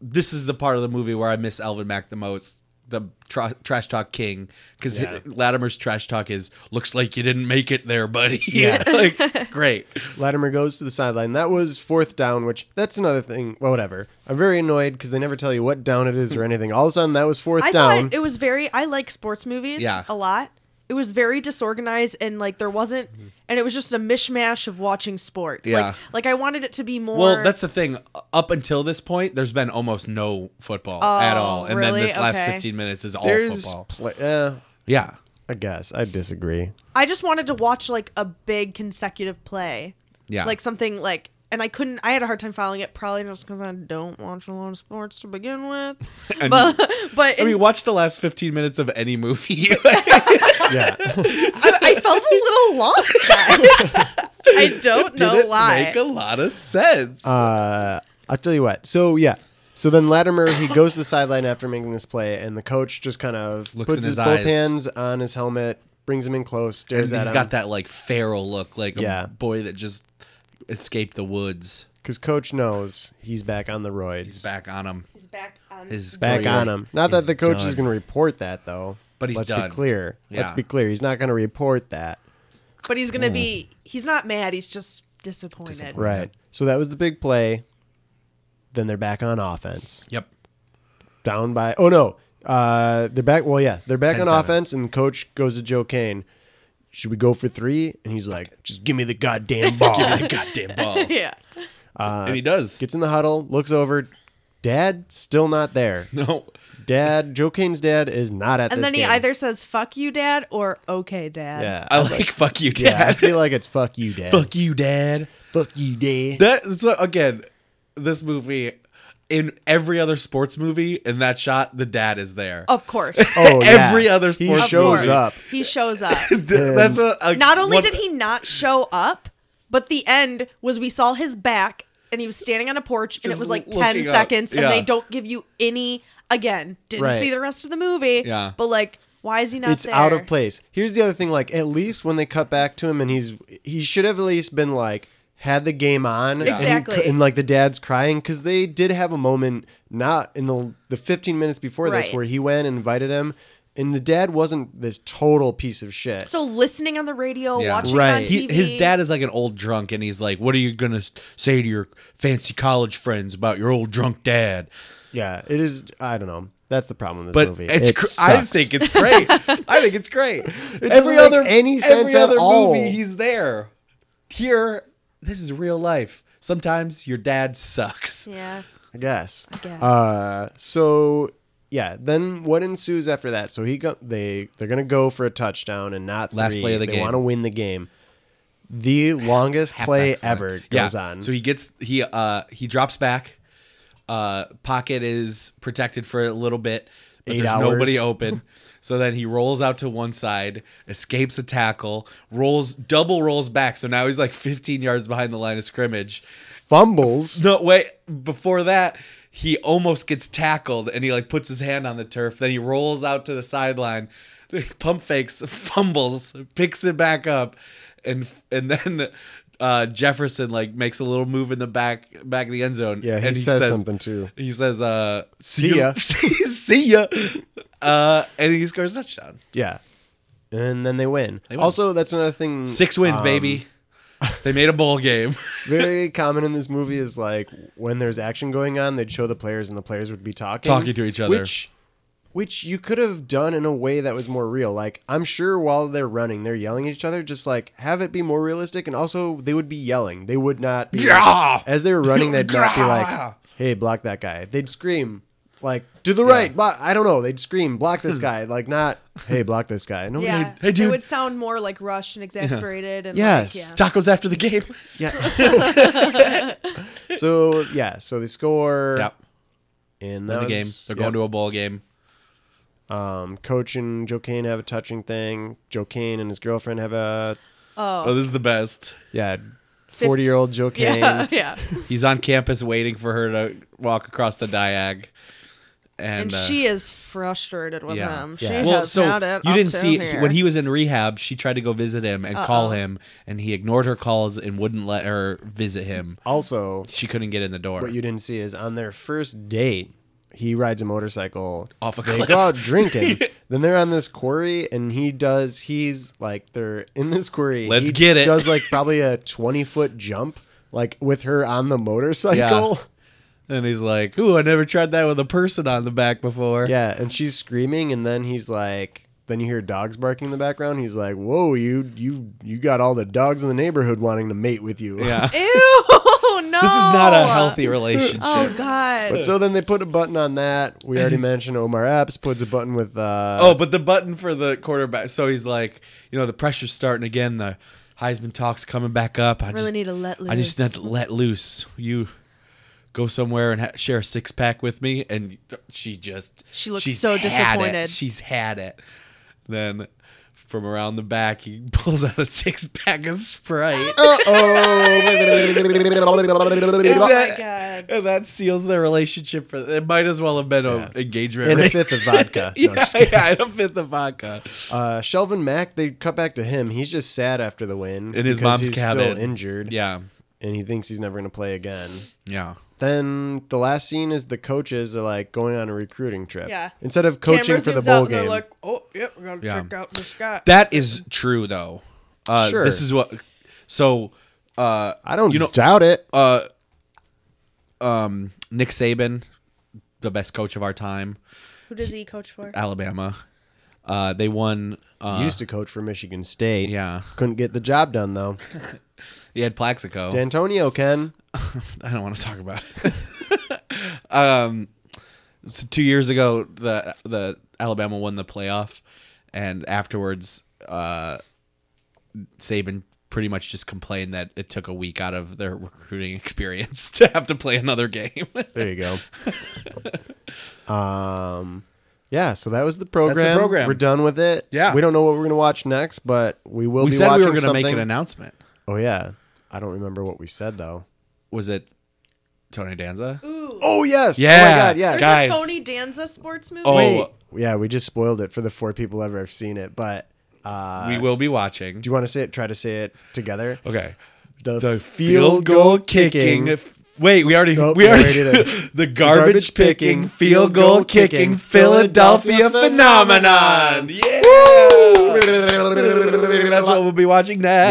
A: this is the part of the movie where I miss Alvin Mack the most. The tra- trash talk king, because
B: Yeah.
A: Latimer's trash talk is "looks like you didn't make it there, buddy." Yeah, like great.
B: Latimer goes to the sideline. That was fourth down, which that's another thing. Well, whatever. I'm very annoyed because they never tell you what down it is or anything. All of a sudden, that was fourth
C: I
B: down.
C: thought it was very. I like sports movies
A: Yeah.
C: a lot. It was very disorganized and like there wasn't, and it was just a mishmash of watching sports.
A: Yeah.
C: Like, like I wanted it to be more.
A: Well, that's the thing. Up until this point, there's been almost no football at all, and then
C: Oh, really?
A: this last
C: Okay.
A: 15 minutes is all
B: There's
A: football.
B: pla uh,
A: Yeah,
B: I guess I disagree.
C: I just wanted to watch like a big consecutive play.
A: yeah.
C: Like something like, and I couldn't. I had a hard time following it, probably just because I don't watch a lot of sports to begin with. but but
A: I mean,
C: in-
A: watch the last 15 minutes of any movie.
B: Yeah,
D: I, I felt a little lost, guys. I don't know
A: Didn't
D: why.
A: Make a lot of sense.
B: uh, I'll tell you what. So yeah. So then Latimer he goes to the sideline after making this play, and the coach just kind
A: Looks
B: of
A: in
B: puts
A: his
B: his, both
A: eyes.
B: hands on his helmet, brings him in close,
A: and
B: stares
A: he's
B: at him.
A: got that like feral look, like
B: Yeah.
A: a boy that just escaped the woods.
B: because coach knows he's back on the roids.
A: He's back on him.
D: He's back on
A: His
B: back
A: career
B: on him. Not that
A: is
B: the coach
A: done.
B: is going to report that though.
A: But he's
B: Let's
A: done.
B: be clear.
A: Yeah.
B: Let's be clear. He's not going to report that.
C: but he's gonna be. He's not mad. He's just disappointed.
B: Right. So that was the big play. Then they're back on offense.
A: Yep.
B: Down by Oh no. Uh they're back well yeah, they're back on
A: 10-7.
B: offense and coach goes to Joe Kane. Should we go for 3? And he's like, "Just give me the goddamn ball."
A: Goddamn ball.
C: Yeah.
A: and he does.
B: Gets in the huddle, looks over, dad still not there.
A: no.
B: Dad, Joe Kane's dad is not at
C: And
B: this
C: then he
B: game.
C: either says "fuck you, dad" or "okay, dad."
B: Yeah.
A: I like fuck you,
B: yeah, I
A: dad.
B: feel like it's fuck you, dad.
A: fuck you, dad.
B: fuck you, dad.
A: That so again, this movie in every other sports movie, in that shot, the dad is there.
C: Of course.
B: Oh,
A: Every
B: yeah.
A: other sports
B: he
A: movie.
B: shows
A: Of course.
B: up.
C: He shows up.
A: Th- That's what. I-
C: Not only
A: one-
C: did he not show up, but the end was we saw his back and he was standing on a porch and it
A: Just
C: was like
A: looking
C: 10
A: up.
C: seconds
A: Yeah.
C: and they don't give you any again. Didn't
B: Right.
C: see the rest of the movie.
A: Yeah.
C: But like why is he not
B: It's
C: there?
B: out of place. Here's the other thing: like at least when they cut back to him, and he's he should have at least been like had the game on and he cou- and,
C: Exactly.
B: like the dad's crying because they did have a moment not in the the 15 minutes before this
C: Right.
B: where he went and invited him and the dad wasn't this total piece of shit
C: So listening on the radio,
A: Yeah.
C: watching on
B: Right.
A: He-
C: TV.
A: his dad is like an old drunk, and he's like, "What are you gonna s- say to your fancy college friends about your old drunk dad?"
B: yeah it is i don't know that's the problem with this
A: But
B: movie
A: it's,
B: It
A: cr- I
B: sucks.
A: think it's great. I think it's great.
B: doesn't make any sense
A: every
B: at
A: other
B: all.
A: movie, he's there. Here, this is real life. Sometimes your dad sucks.
C: Yeah.
B: I guess. I
C: guess.
B: Uh, so yeah, then what ensues after that? So he go, they they're gonna go for a touchdown and not
A: Last
B: three.
A: play of the
B: they
A: game.
B: want to win the game. The longest play
A: Excellent.
B: ever
A: Yeah.
B: goes on.
A: So he gets he uh he drops back. Uh pocket is protected for a little bit, but
B: Eight
A: there's nobody
B: hours.
A: open. so then he rolls out to one side, escapes a tackle, rolls double rolls back. So now he's like 15 yards behind the line of scrimmage.
B: fumbles.
A: No, wait, before that he almost gets tackled and he like puts his hand on the turf. Then he rolls out to the sideline, pump fakes, fumbles, picks it back up, and and then uh, Jefferson like makes a little move in the back back of the end zone.
B: Yeah, he
A: and
B: says something, too.
A: He says, uh, "See,
B: See ya."
A: ya, see ya," uh, and he scores a touchdown.
B: Yeah, and then they win.
A: win.
B: Also, that's another thing.
A: Six wins,
B: um,
A: baby. They made a bowl game.
B: very common in this movie is like when there's action going on, they'd show the players and the players would be talking,
A: Talking to each other.
B: which which you could have done in a way that was more real. Like I'm sure while they're running, they're yelling at each other. Just like have it be more realistic, and also they would be yelling. They would not be
A: Yeah!
B: as they were running. They'd not be
A: Yeah!
B: like, "Hey, block that guy." They'd scream. Like to the right, block. I don't know. They'd scream, block this guy. Like not, hey, block this guy. No,
C: Yeah.
A: Hmm. hey, dude.
C: It would sound more like rushed and exasperated and
B: Yes.
C: like yeah.
A: Tacos after the game.
B: yeah. so yeah, so they score.
A: Yep,
B: And
A: in
B: that
A: the game.
B: was-
A: They're going
B: yep.
A: to a bowl game.
B: Um, Coach and Joe Kane have a touching thing. Joe Kane and his girlfriend have a
A: Oh, this is the best.
B: yeah. 40 year old Joe Kane.
C: Yeah, yeah.
A: He's on campus waiting for her to walk across the diag. And,
C: And
A: uh,
C: she is frustrated with
A: yeah.
C: him. She
B: Yeah.
A: well,
C: has
A: so
C: not it
A: you
C: up
A: didn't
C: to
A: see
C: here.
A: when he was in rehab. She tried to go visit him and call him, and he ignored her calls and wouldn't let her visit him.
B: Also,
A: She couldn't get in the door.
B: what you didn't see is on their first date, he rides a motorcycle
A: Off a
B: They
A: cliff.
B: go out drinking. then they're on this quarry, and he does. He's like they're in this quarry.
A: Let's
B: He
A: get it.
B: Does like probably a twenty foot jump, like with her on the motorcycle.
A: and he's like, "Ooh, I never tried that with a person on the back before."
B: Yeah. and she's screaming, and then he's like. Then you hear dogs barking in the background. He's like, "Whoa, you you you got all the dogs in the neighborhood wanting to mate with you."
A: yeah.
C: Ew, no.
A: This is not a healthy relationship.
C: Oh god.
B: But so then they put a button on that. We already mentioned Omar Epps puts a button with uh,
A: Oh, but the button for the quarterback. So he's like, you know, the pressure's starting again. The Heisman talk's coming back up. I
C: Really
A: just
C: need to let loose.
A: I just need to let loose. You go somewhere and ha- share a six pack with me, and she just
C: She looks
A: she's
C: so
A: had it.
C: disappointed.
A: She's had it. Then from around the back, he pulls out a six pack of Sprite.
B: oh.
D: Oh my
A: That-
D: god.
A: And that seals their relationship. For it might as well have been an
B: Yeah.
A: engagement
B: and a
A: ring.
B: fifth of vodka. No,
A: yeah,
B: just kidding.
A: yeah, and a fifth of vodka.
B: uh, Shelvin Mack, they cut back to him. He's just sad after the win
A: In his
B: because
A: mom's
B: he's
A: cabin.
B: still injured,
A: Yeah,
B: and he thinks he's never going to play again.
A: yeah.
B: Then the last scene is the coaches are like going on a recruiting trip.
D: Yeah.
B: Instead of coaching
D: Camera
B: for the
D: zooms
B: bowl
D: out and they're
B: game,
D: Like, oh, yep, we gotta
A: Yeah.
D: check out this guy.
A: That is true, though. Uh,
B: Sure.
A: This is what. So, uh,
B: I don't
A: you know-
B: doubt it.
A: uh, um, Nick Saban, the best coach of our time,
D: Who does he coach for?
A: Alabama. Uh, they won. Uh,
B: He used to coach for Michigan State.
A: yeah,
B: Couldn't get the job done though.
A: they had Plaxico.
B: D'Antonio can.
A: I don't want to talk about it. um, so two years ago, the the Alabama won the playoff, and afterwards, uh, Saban pretty much just complained that it took a week out of their recruiting experience to have to play another game.
B: There you go. um, yeah, so that was the program.
A: program.
B: We're done with it.
A: Yeah.
B: we don't know what we're gonna watch next, but we will
A: we
B: be
A: said
B: watching
A: we were going to
B: something.
A: make an announcement.
B: oh yeah, I don't remember what we said though.
A: Was it Tony Danza?
B: Oh yes. Oh my
A: Yeah.
B: god. Yes.
D: There's
A: Guys.
D: a Tony Danza sports movie.
A: Oh,
B: Wait. Yeah, we just spoiled it for the four people ever have seen it, but uh,
A: we will be watching.
B: do you want to say it? Try to say it together.
A: Okay.
B: Uh, The, field goal kicking.
A: Wait, we already
B: Nope,
A: we
B: we
A: already
B: already did it.
A: the garbage picking field goal kicking Philadelphia phenomenon. Yeah, that's what we'll be watching next.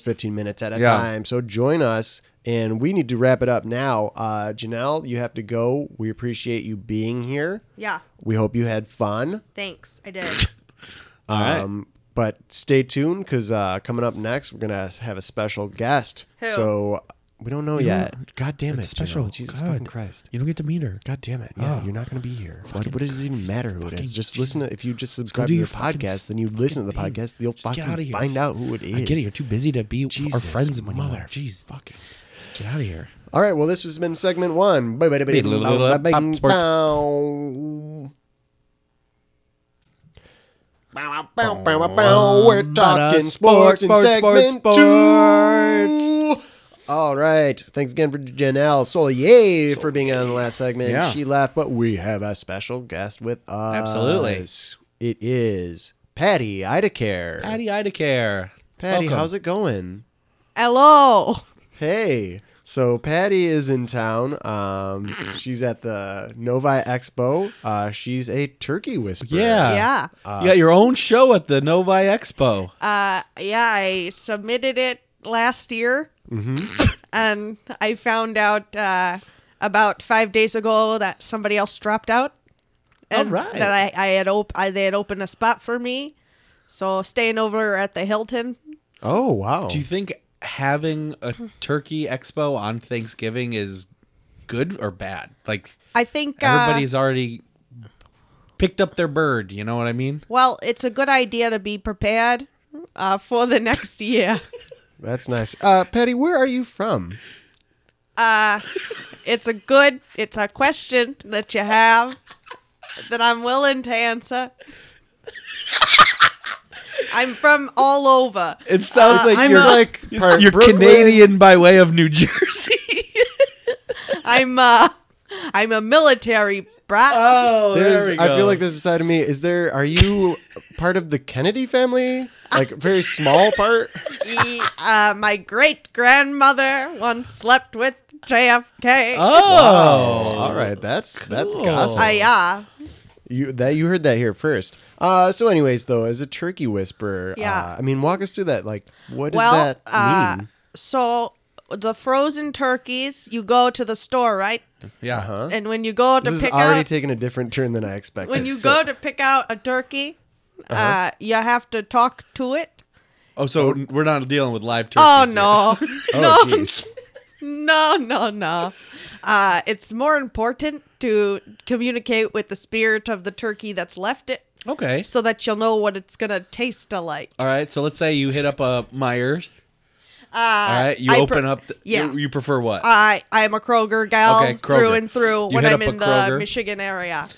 B: Yes, 15 minutes at a
A: Yeah.
B: time. So join us. And we need to wrap it up now. Uh, Janelle, you have to go. We appreciate you being here.
D: Yeah,
B: We hope you had fun.
D: thanks. I did.
A: All right.
B: Um, but stay tuned because uh, coming up next, we're going to have a special guest.
D: Who?
B: So we don't know yet. God damn
A: It's
B: it.
A: special.
B: Janelle. Jesus
A: God.
B: fucking Christ.
A: You don't get to meet her.
B: God damn it. Yeah,
A: Oh.
B: you're not going to be here. What, what does it even matter who it is?
A: fucking-
B: Just listen to, if you just subscribe
A: do
B: to
A: your
B: the
A: fucking s-
B: podcast, then you listen to the
A: fucking
B: podcast, you'll
A: Just get outta
B: fucking
A: here.
B: find out who it is.
A: I get it. You're too busy to be our
B: Jesus,
A: friends when you
B: mother-
A: want. Jeez, fucking, get out of here.
B: All right. Well, this has been segment one. Bye bye bye bye bye bye
A: Pop sports.
B: bow. Bow, bow, bow, bow, bow. We're talking
A: sports,
B: sports, in
A: sports,
B: segment
A: sports,
B: two. All right. Thanks again for Janelle Solier for being on the last segment.
A: Yeah.
B: She left, but we have a special guest with us.
A: Absolutely.
B: It is Patty Idacare. Patty,
A: Patty Idacare. Welcome.
B: how's it going?
C: Hello.
B: Hey, so Patty is in town. Um, she's at the Novi Expo. Uh, she's a turkey whisperer.
A: Yeah.
C: Yeah.
A: you got your own show at the Novi Expo.
C: Uh, yeah, I submitted it last year,
A: Mm-hmm.
C: and I found out uh, about five days ago that somebody else dropped out. And
A: All right.
C: That I, I had op- I, they had opened a spot for me, so staying over at the Hilton.
B: Oh wow.
A: Do you think having a turkey expo on Thanksgiving is good or bad? Like
C: I think uh,
A: everybody's already picked up their bird, you know what I mean?
C: Well, it's a good idea to be prepared uh, for the next year.
B: That's nice. Uh, Patty, where are you from?
C: it's a good, it's a question that you have that I'm willing to answer. I'm from all over.
A: It sounds like
C: Uh, I'm
A: you're
C: a-
B: like part
A: you're
B: Brooklyn.
A: Canadian by way of New Jersey.
C: I'm uh I'm a military brat.
B: Uh.
A: Oh,
B: There's- I feel like there's a side of me. Is there? Are you part of the Kennedy family? Like very small part.
C: He, uh, my great grandmother once slept with JFK.
A: Oh,
B: all right. That's that's
A: Cool.
B: gossip.
C: I uh,
B: You that you heard that here first. Uh, so, anyways, though, as a turkey whisperer,
C: Yeah.
B: uh, I mean, walk us through that. Like, what does
C: well,
B: that
C: uh,
B: mean?
C: so the frozen turkeys, you go to the store, right?
A: Yeah.
B: Huh?
C: And when you go to
B: Uh-huh. This is
C: pick
B: already
C: out
B: taken a different turn than I expected.
C: when you
B: So-
C: go to pick out a turkey, uh
A: Uh-huh.
C: you have to talk to it.
A: Oh, so we're not dealing with live turkeys.
C: Oh
A: here.
C: no.
B: oh,
C: no.
B: jeez.
C: No, no, no. Uh, it's more important to communicate with the spirit of the turkey that's left it
A: Okay.
C: so that you'll know what it's going to taste like.
A: All right. So let's say you hit up a Myers. All right. You
C: Uh, I
A: open
C: pre-
A: up. The,
C: yeah.
A: You, you prefer what?
C: I I'm a Kroger gal
A: Okay,
C: through
A: Kroger.
C: and through
A: You
C: when
A: hit
C: I'm
A: up a
C: in the
A: Kroger.
C: Michigan area.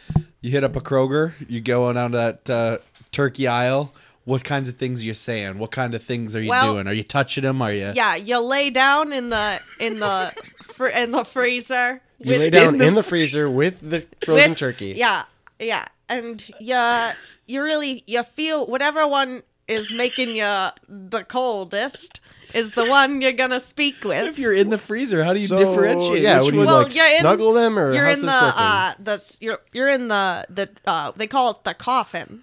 A: you hit up a Kroger. You go on down to that uh, turkey aisle. What kinds of things are you saying? What kind of things are you
C: Well-
A: doing? Are you touching them? Are you?
C: Yeah, you lay down in the in the fr- in the freezer.
B: You lay down in the, freezer with the frozen
C: with-
B: turkey.
C: Yeah, yeah, and yeah, you really you feel whatever one is making you the coldest is the one you're gonna speak
A: If
C: with.
A: you're in the freezer, how do you
B: So,
A: differentiate?
B: yeah,
A: which
B: what do you
A: one-
C: Well,
B: like?
C: you're in-
B: snuggle them or
C: You're
B: how's
C: in the
B: this working?
C: uh the s- you're you're in the the uh they call it the coffin.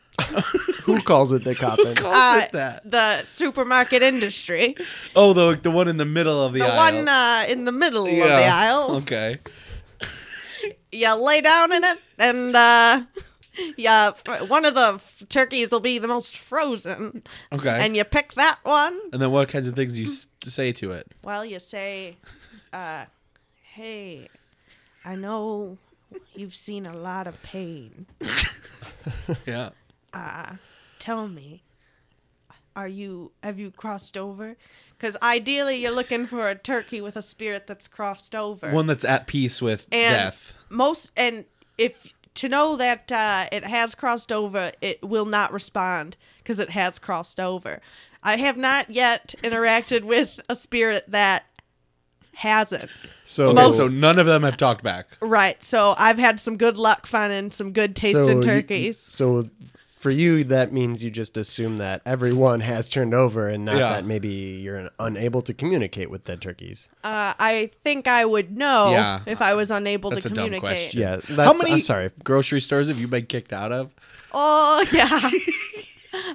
B: Who calls it the coffin?
A: calls it
C: Uh,
A: that?
C: The supermarket industry.
A: Oh, the the one in the middle of the,
C: The
A: aisle.
C: one uh, in the middle of the
A: Yeah. Um,
C: aisle.
A: Okay.
C: You lay down in it, and uh, yeah, one of the f- turkeys will be the most frozen,
A: Okay.
C: and you pick that one.
A: And then what kinds of things you s- say to it?
C: Well, you say, uh, hey, I know you've seen a lot of pain.
A: Yeah.
C: Tell me, are you have you crossed over? Because ideally, you're looking for a turkey with a spirit that's crossed over.
A: One that's at peace with
C: and
A: death.
C: most and if to know that uh, it has crossed over it will not respond because it has crossed over i have not yet interacted with a spirit that hasn't
B: So,
A: Okay,
C: Most-
A: so none of them have talked back.
C: right so i've had some good luck finding some good
B: so
C: tasting
B: you-
C: turkeys
B: so for you, that means you just assume that everyone has turned over, and not
A: Yeah.
B: that maybe you're unable to communicate with dead turkeys.
C: uh, i think i would know
A: Yeah.
C: if i was unable
A: That's
C: to
A: a dumb
C: communicate
A: question.
B: Yeah, that's,
A: How many
B: I'm sorry.
A: grocery stores have you been kicked out of?
C: oh yeah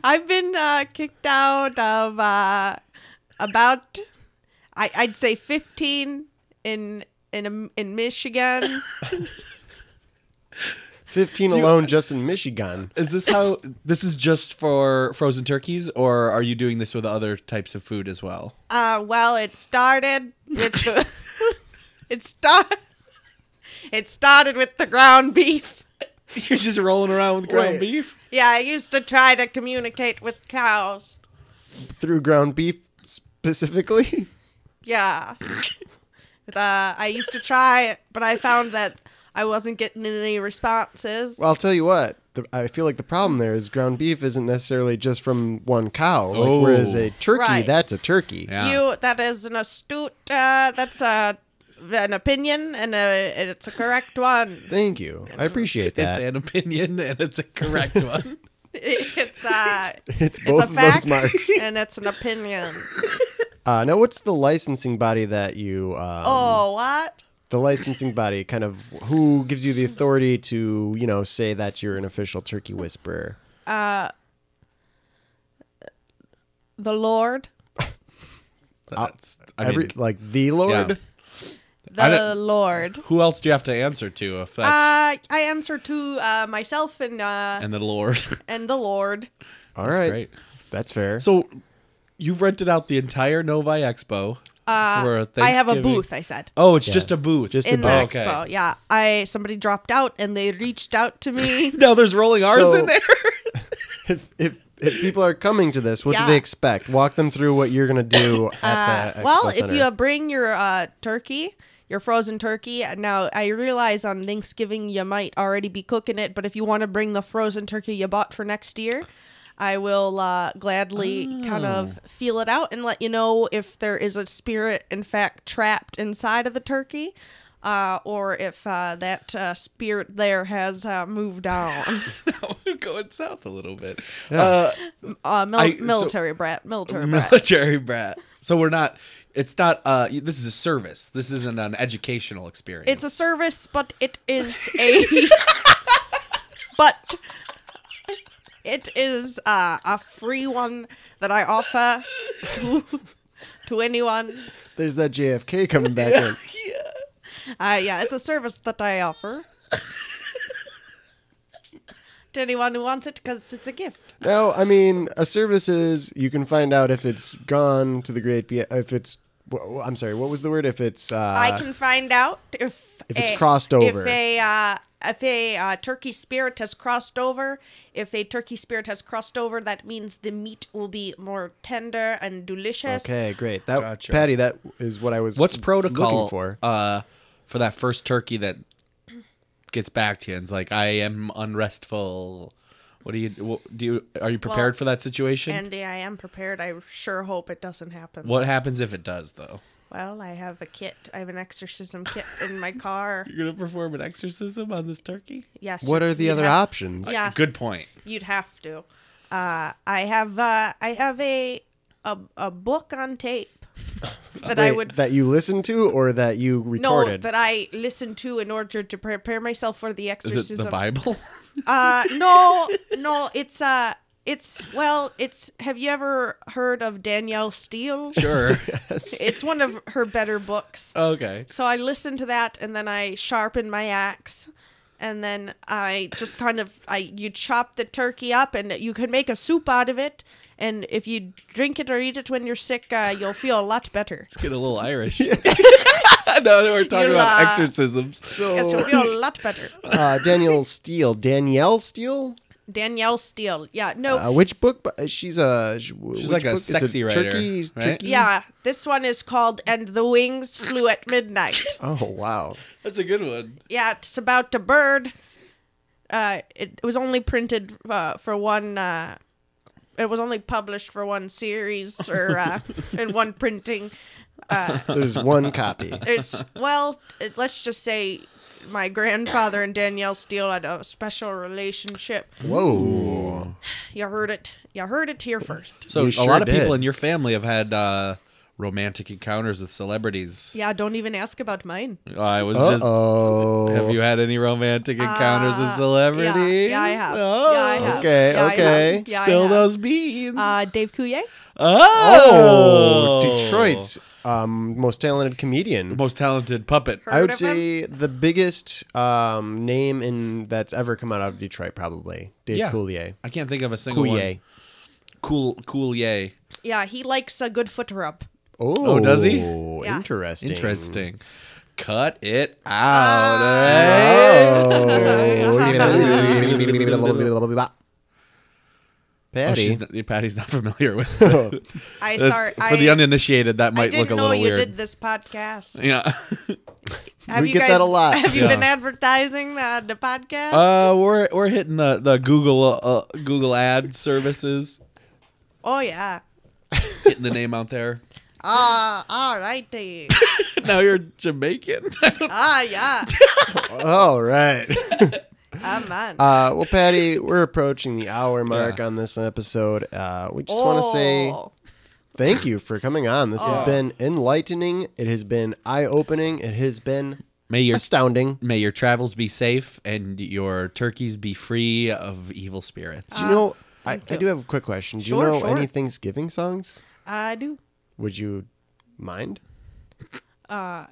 C: i've been uh, kicked out of uh, about I, I'd say 15 in in um, in Michigan.
B: 15 alone just in Michigan.
A: Is this how this is just for frozen turkeys or are you doing this with other types of food as well?
C: Uh, well, it started with the it start it started with the ground beef.
A: You're just rolling around with ground
B: Wait.
A: beef?
C: Yeah, I used to try to communicate with cows.
B: Through ground beef specifically?
C: Yeah, But, uh, I used to try it, but I found that I wasn't getting any responses.
B: Well, I'll tell you what. The, I feel like the problem there is ground beef isn't necessarily just from one cow. Like,
A: Oh.
B: Whereas a turkey,
C: Right.
B: that's a turkey.
A: Yeah.
C: You that is an astute. Uh, that's a an opinion, and a, and it's a correct one.
B: Thank you. I appreciate
A: It's
B: that.
A: an opinion and it's a correct one.
C: It's uh,
B: It's
C: it's
B: both
C: a
B: of those
C: fact,
B: marks.
C: and it's an opinion.
B: Uh, now, what's the licensing body that you? Um,
C: Oh, what?
B: The licensing body, kind of, who gives you the authority to, you know, say that you're an official turkey whisperer?
C: The Lord.
A: That's, I
B: Uh, Every,
A: mean,
B: like the Lord.
A: yeah. I
C: The
A: don't-
C: Lord.
A: who else do you have to answer to if that's
C: Uh, I answer to uh, myself and uh,
A: and the Lord?
C: and the Lord.
B: All right,
A: That's great.
B: that's fair.
A: So you've rented out the entire Novi Expo for
C: I have a
A: Thanksgiving-
C: booth. I said
A: Oh, it's just a booth.
B: Just a
C: in the
B: booth.
A: Okay.
C: expo. Yeah, I somebody dropped out and they reached out to me.
A: Now there's rolling R's
B: So-
A: in there.
B: if, if if people are coming to this, what
C: Yeah.
B: do they expect? Walk them through what you're gonna do at the
C: Uh,
B: expo
C: well, if
B: center.
C: you uh, bring your uh, turkey, your frozen turkey. Now I realize on Thanksgiving you might already be cooking it, but if you want to bring the frozen turkey you bought for next year, I will uh, gladly kind of feel it out and let you know if there is a spirit, in fact, trapped inside of the turkey. Uh, or if uh, that uh, spirit there has uh, moved on.
A: We're going south a little bit.
C: Uh, mil-
A: I- so-
C: military brat, military brat.
A: Military brat. So we're not. It's not. Uh, this is a service. This isn't an educational experience.
C: It's a service, but it is a. but it is uh, a free one that I offer to to anyone.
B: There's that JFK coming back in.
C: Uh, yeah, it's a service that I offer to anyone who wants it because it's a gift.
B: No, I mean a service is you can find out if it's gone to the great be if it's. wh- wh- I'm sorry. What was the word? If it's. Uh,
C: I can find out if
B: If it's crossed over.
C: If a uh, if a uh, turkey spirit has crossed over, if a turkey spirit has crossed over, that means the meat will be more tender and delicious.
B: Okay, great. That
A: Gotcha.
B: Patty, that is what I was.
A: What's protocol
B: Looking for
A: uh for that first turkey that gets back to you and's like I am unrestful. What do you what, do? You, are you prepared
C: Well,
A: for that situation?
C: Andy, I am prepared. I sure hope it doesn't happen.
A: what happens if it does though?
C: Well, I have a kit. I have an exorcism kit in my car.
A: You're gonna perform an exorcism on this turkey.
C: Yes.
B: What
C: you-
B: are the
C: you'd
B: other
C: have-
B: options?
C: Yeah.
A: Good point.
C: You'd have to. Uh, I have uh, I have a a, a book on tape that I
B: Wait,
C: would
B: that you listened to or that you
C: no
B: recorded?
C: that I listened to in order to prepare myself for the
A: Is
C: exorcism.
A: it the Bible?
C: Uh, no, no, it's uh, it's well, it's. Have you ever heard of Danielle Steele?
A: sure.
C: It's one of her better
A: Oh.
C: books.
A: okay.
C: So I listened to that, and then I sharpened my axe, and then I just kind of I you chop the turkey up, and you can make a soup out of it. And if you drink it or eat it when you're sick, uh, you'll feel a lot better.
A: Let's get a little Irish. no, we're talking
C: You'll,
A: about
C: uh,
A: exorcisms.
C: You'll
B: So
C: feel a lot better.
B: uh, Danielle Steele, Danielle Steele,
C: Danielle Steele. Yeah. No.
B: uh, which book? bu- She's a she's
A: like a sexy writer,
B: Turkey,
A: right?
B: turkey?
C: yeah. This one is called "And the Wings Flew at Midnight."
B: Oh wow.
A: That's a good one.
C: yeah, it's about a bird. Uh, it, it was only printed uh, for one. Uh, it was only published for one series or uh, in one printing.
B: There's one copy.
C: There's well, it, let's just say my grandfather and Danielle Steele had a special relationship.
B: Whoa.
C: You heard it. You heard it here first.
A: So
B: We
A: a
B: sure
A: lot of people
B: did.
A: in your family have had uh, romantic encounters with celebrities.
C: Yeah, don't even ask about mine.
A: I was just
B: Oh.
A: Have you had any romantic encounters with
C: Uh,
A: celebrities?
C: Yeah, yeah, I have.
A: Oh,
C: yeah, I have.
B: Okay,
C: Yeah, I have.
B: okay.
C: Yeah, I
A: Spill
C: have.
A: those beans.
C: Uh, Dave Coulier.
A: oh,
B: Detroit's um, most talented comedian.
A: most talented puppet.
C: Her-
B: I would
C: of him?
B: say the biggest um, name in that's ever come out of Detroit, probably Dave
A: Yeah.
B: Coulier.
A: I can't think of a single
B: Coulier.
A: one. Cool, cool, yay.
C: Yeah, he likes a good foot rub.
B: Oh,
A: does he?
C: Yeah.
B: Interesting.
A: Interesting. Cut it out.
C: Uh,
A: eh?
B: Oh.
A: Oh, she's
B: Patty.
A: not, Patty's not familiar with.
C: I sorry.
A: Uh, For
C: I,
A: the uninitiated, that
C: I
A: might
C: didn't
A: look a
C: know
A: little
C: you
A: weird.
C: did this podcast.
A: Yeah.
C: Have
B: We
C: you
B: get
C: guys,
B: that a lot.
C: Have you
A: Yeah.
C: been advertising uh, the podcast?
A: Uh, we're we're hitting the, the Google uh, uh, Google ad services,
C: oh yeah.
A: getting the name out there.
C: Ah, all righty.
A: now you're Jamaican.
C: ah, yeah.
B: All right.
C: I'm on.
B: Uh, well, Patty, we're approaching the hour mark
A: Yeah.
B: on this episode. Uh, we just want to
C: Oh.
B: say thank you for coming on. This has been enlightening. It has been eye opening. It has been
A: may your
B: astounding.
A: may your travels be safe and your turkeys be free of evil spirits.
B: Do you know? I, I do have a quick question. Do
C: Sure,
B: you know
C: sure.
B: any Thanksgiving songs?
C: I do.
B: Would you mind?
C: Yeah.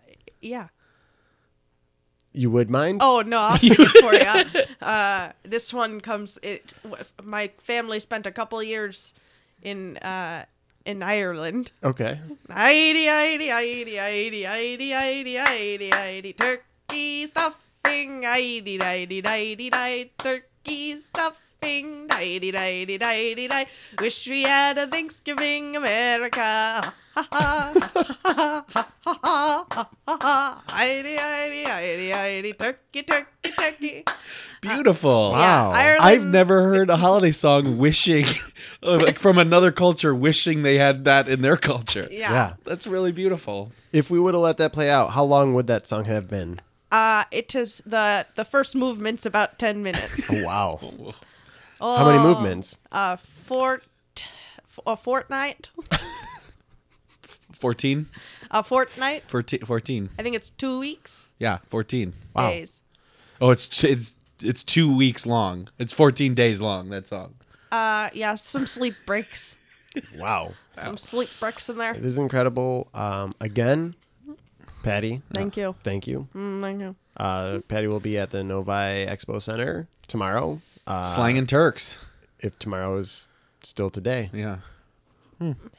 B: You would mind?
C: Oh no, I'll sing it for you. Uh, this one comes. It. w- My family spent a couple years in uh, in Ireland.
B: Okay.
C: Idy, idy, idy, idy, idy, idy, idy, idy, turkey stuffing, idy, idy, idy, idy, turkey stuffing, idy, idy, idy, idy. Wish we had a Thanksgiving, America. Idy, idy, idy, idy, turkey, turkey, Kentucky.
A: Beautiful.
B: Wow.
C: Ireland-
A: I've never heard a holiday song wishing, like from another culture, wishing they had that in their culture.
C: Yeah.
B: yeah.
A: That's really beautiful.
B: If we would have let that play out, how long would that song have been?
C: Uh, it is the the first movement's about ten minutes.
B: Oh, wow.
C: Oh,
B: How many movements?
C: Uh, fort, a fortnight,
A: 14?
C: a fortnight.
A: 14. 14.
C: I think it's two weeks.
A: Yeah, 14.
B: Wow.
C: Days.
A: Oh, it's it's it's 2 weeks long. It's 14 days long that song.
C: Uh, yeah, some sleep breaks,
B: Wow.
C: some sleep breaks in there.
B: It is incredible. Um, again, Patty,
C: Thank you.
B: thank you.
C: Mm, thank you.
B: Uh, Patty will be at the Novi Expo Center tomorrow. Uh,
A: Slang and Turks.
B: If tomorrow is still today.
A: Yeah.
B: What?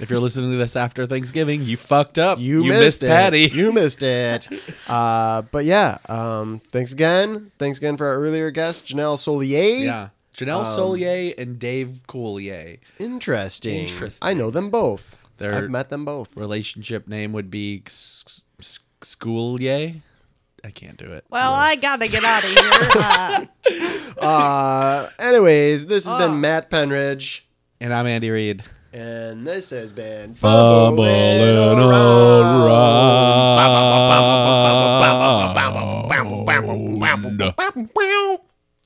A: If you're listening to this after Thanksgiving, you fucked up.
B: You, missed, it.
A: Patty.
B: You missed it. uh, but yeah, um, thanks again. Thanks again for our earlier guest, Janelle Solier.
A: yeah. Janelle Solier and Dave Coulier.
B: Interesting.
A: Interesting.
B: I know them both.
A: They're-
B: I've met them both.
A: Relationship name would be S- S- Schoolier. I can't do it.
C: Well, I gotta get out of here. Uh,
B: Uh, anyways, this has
A: Ah.
B: been Matt Penridge,
A: And I'm Andy Reid.
B: and this has been
A: Fumbling Around.
B: Fumbling Around.
E: Bow, bow, bow, bow, bow, bow, bow, bow, bow, bow, bow, bow, bow, bow.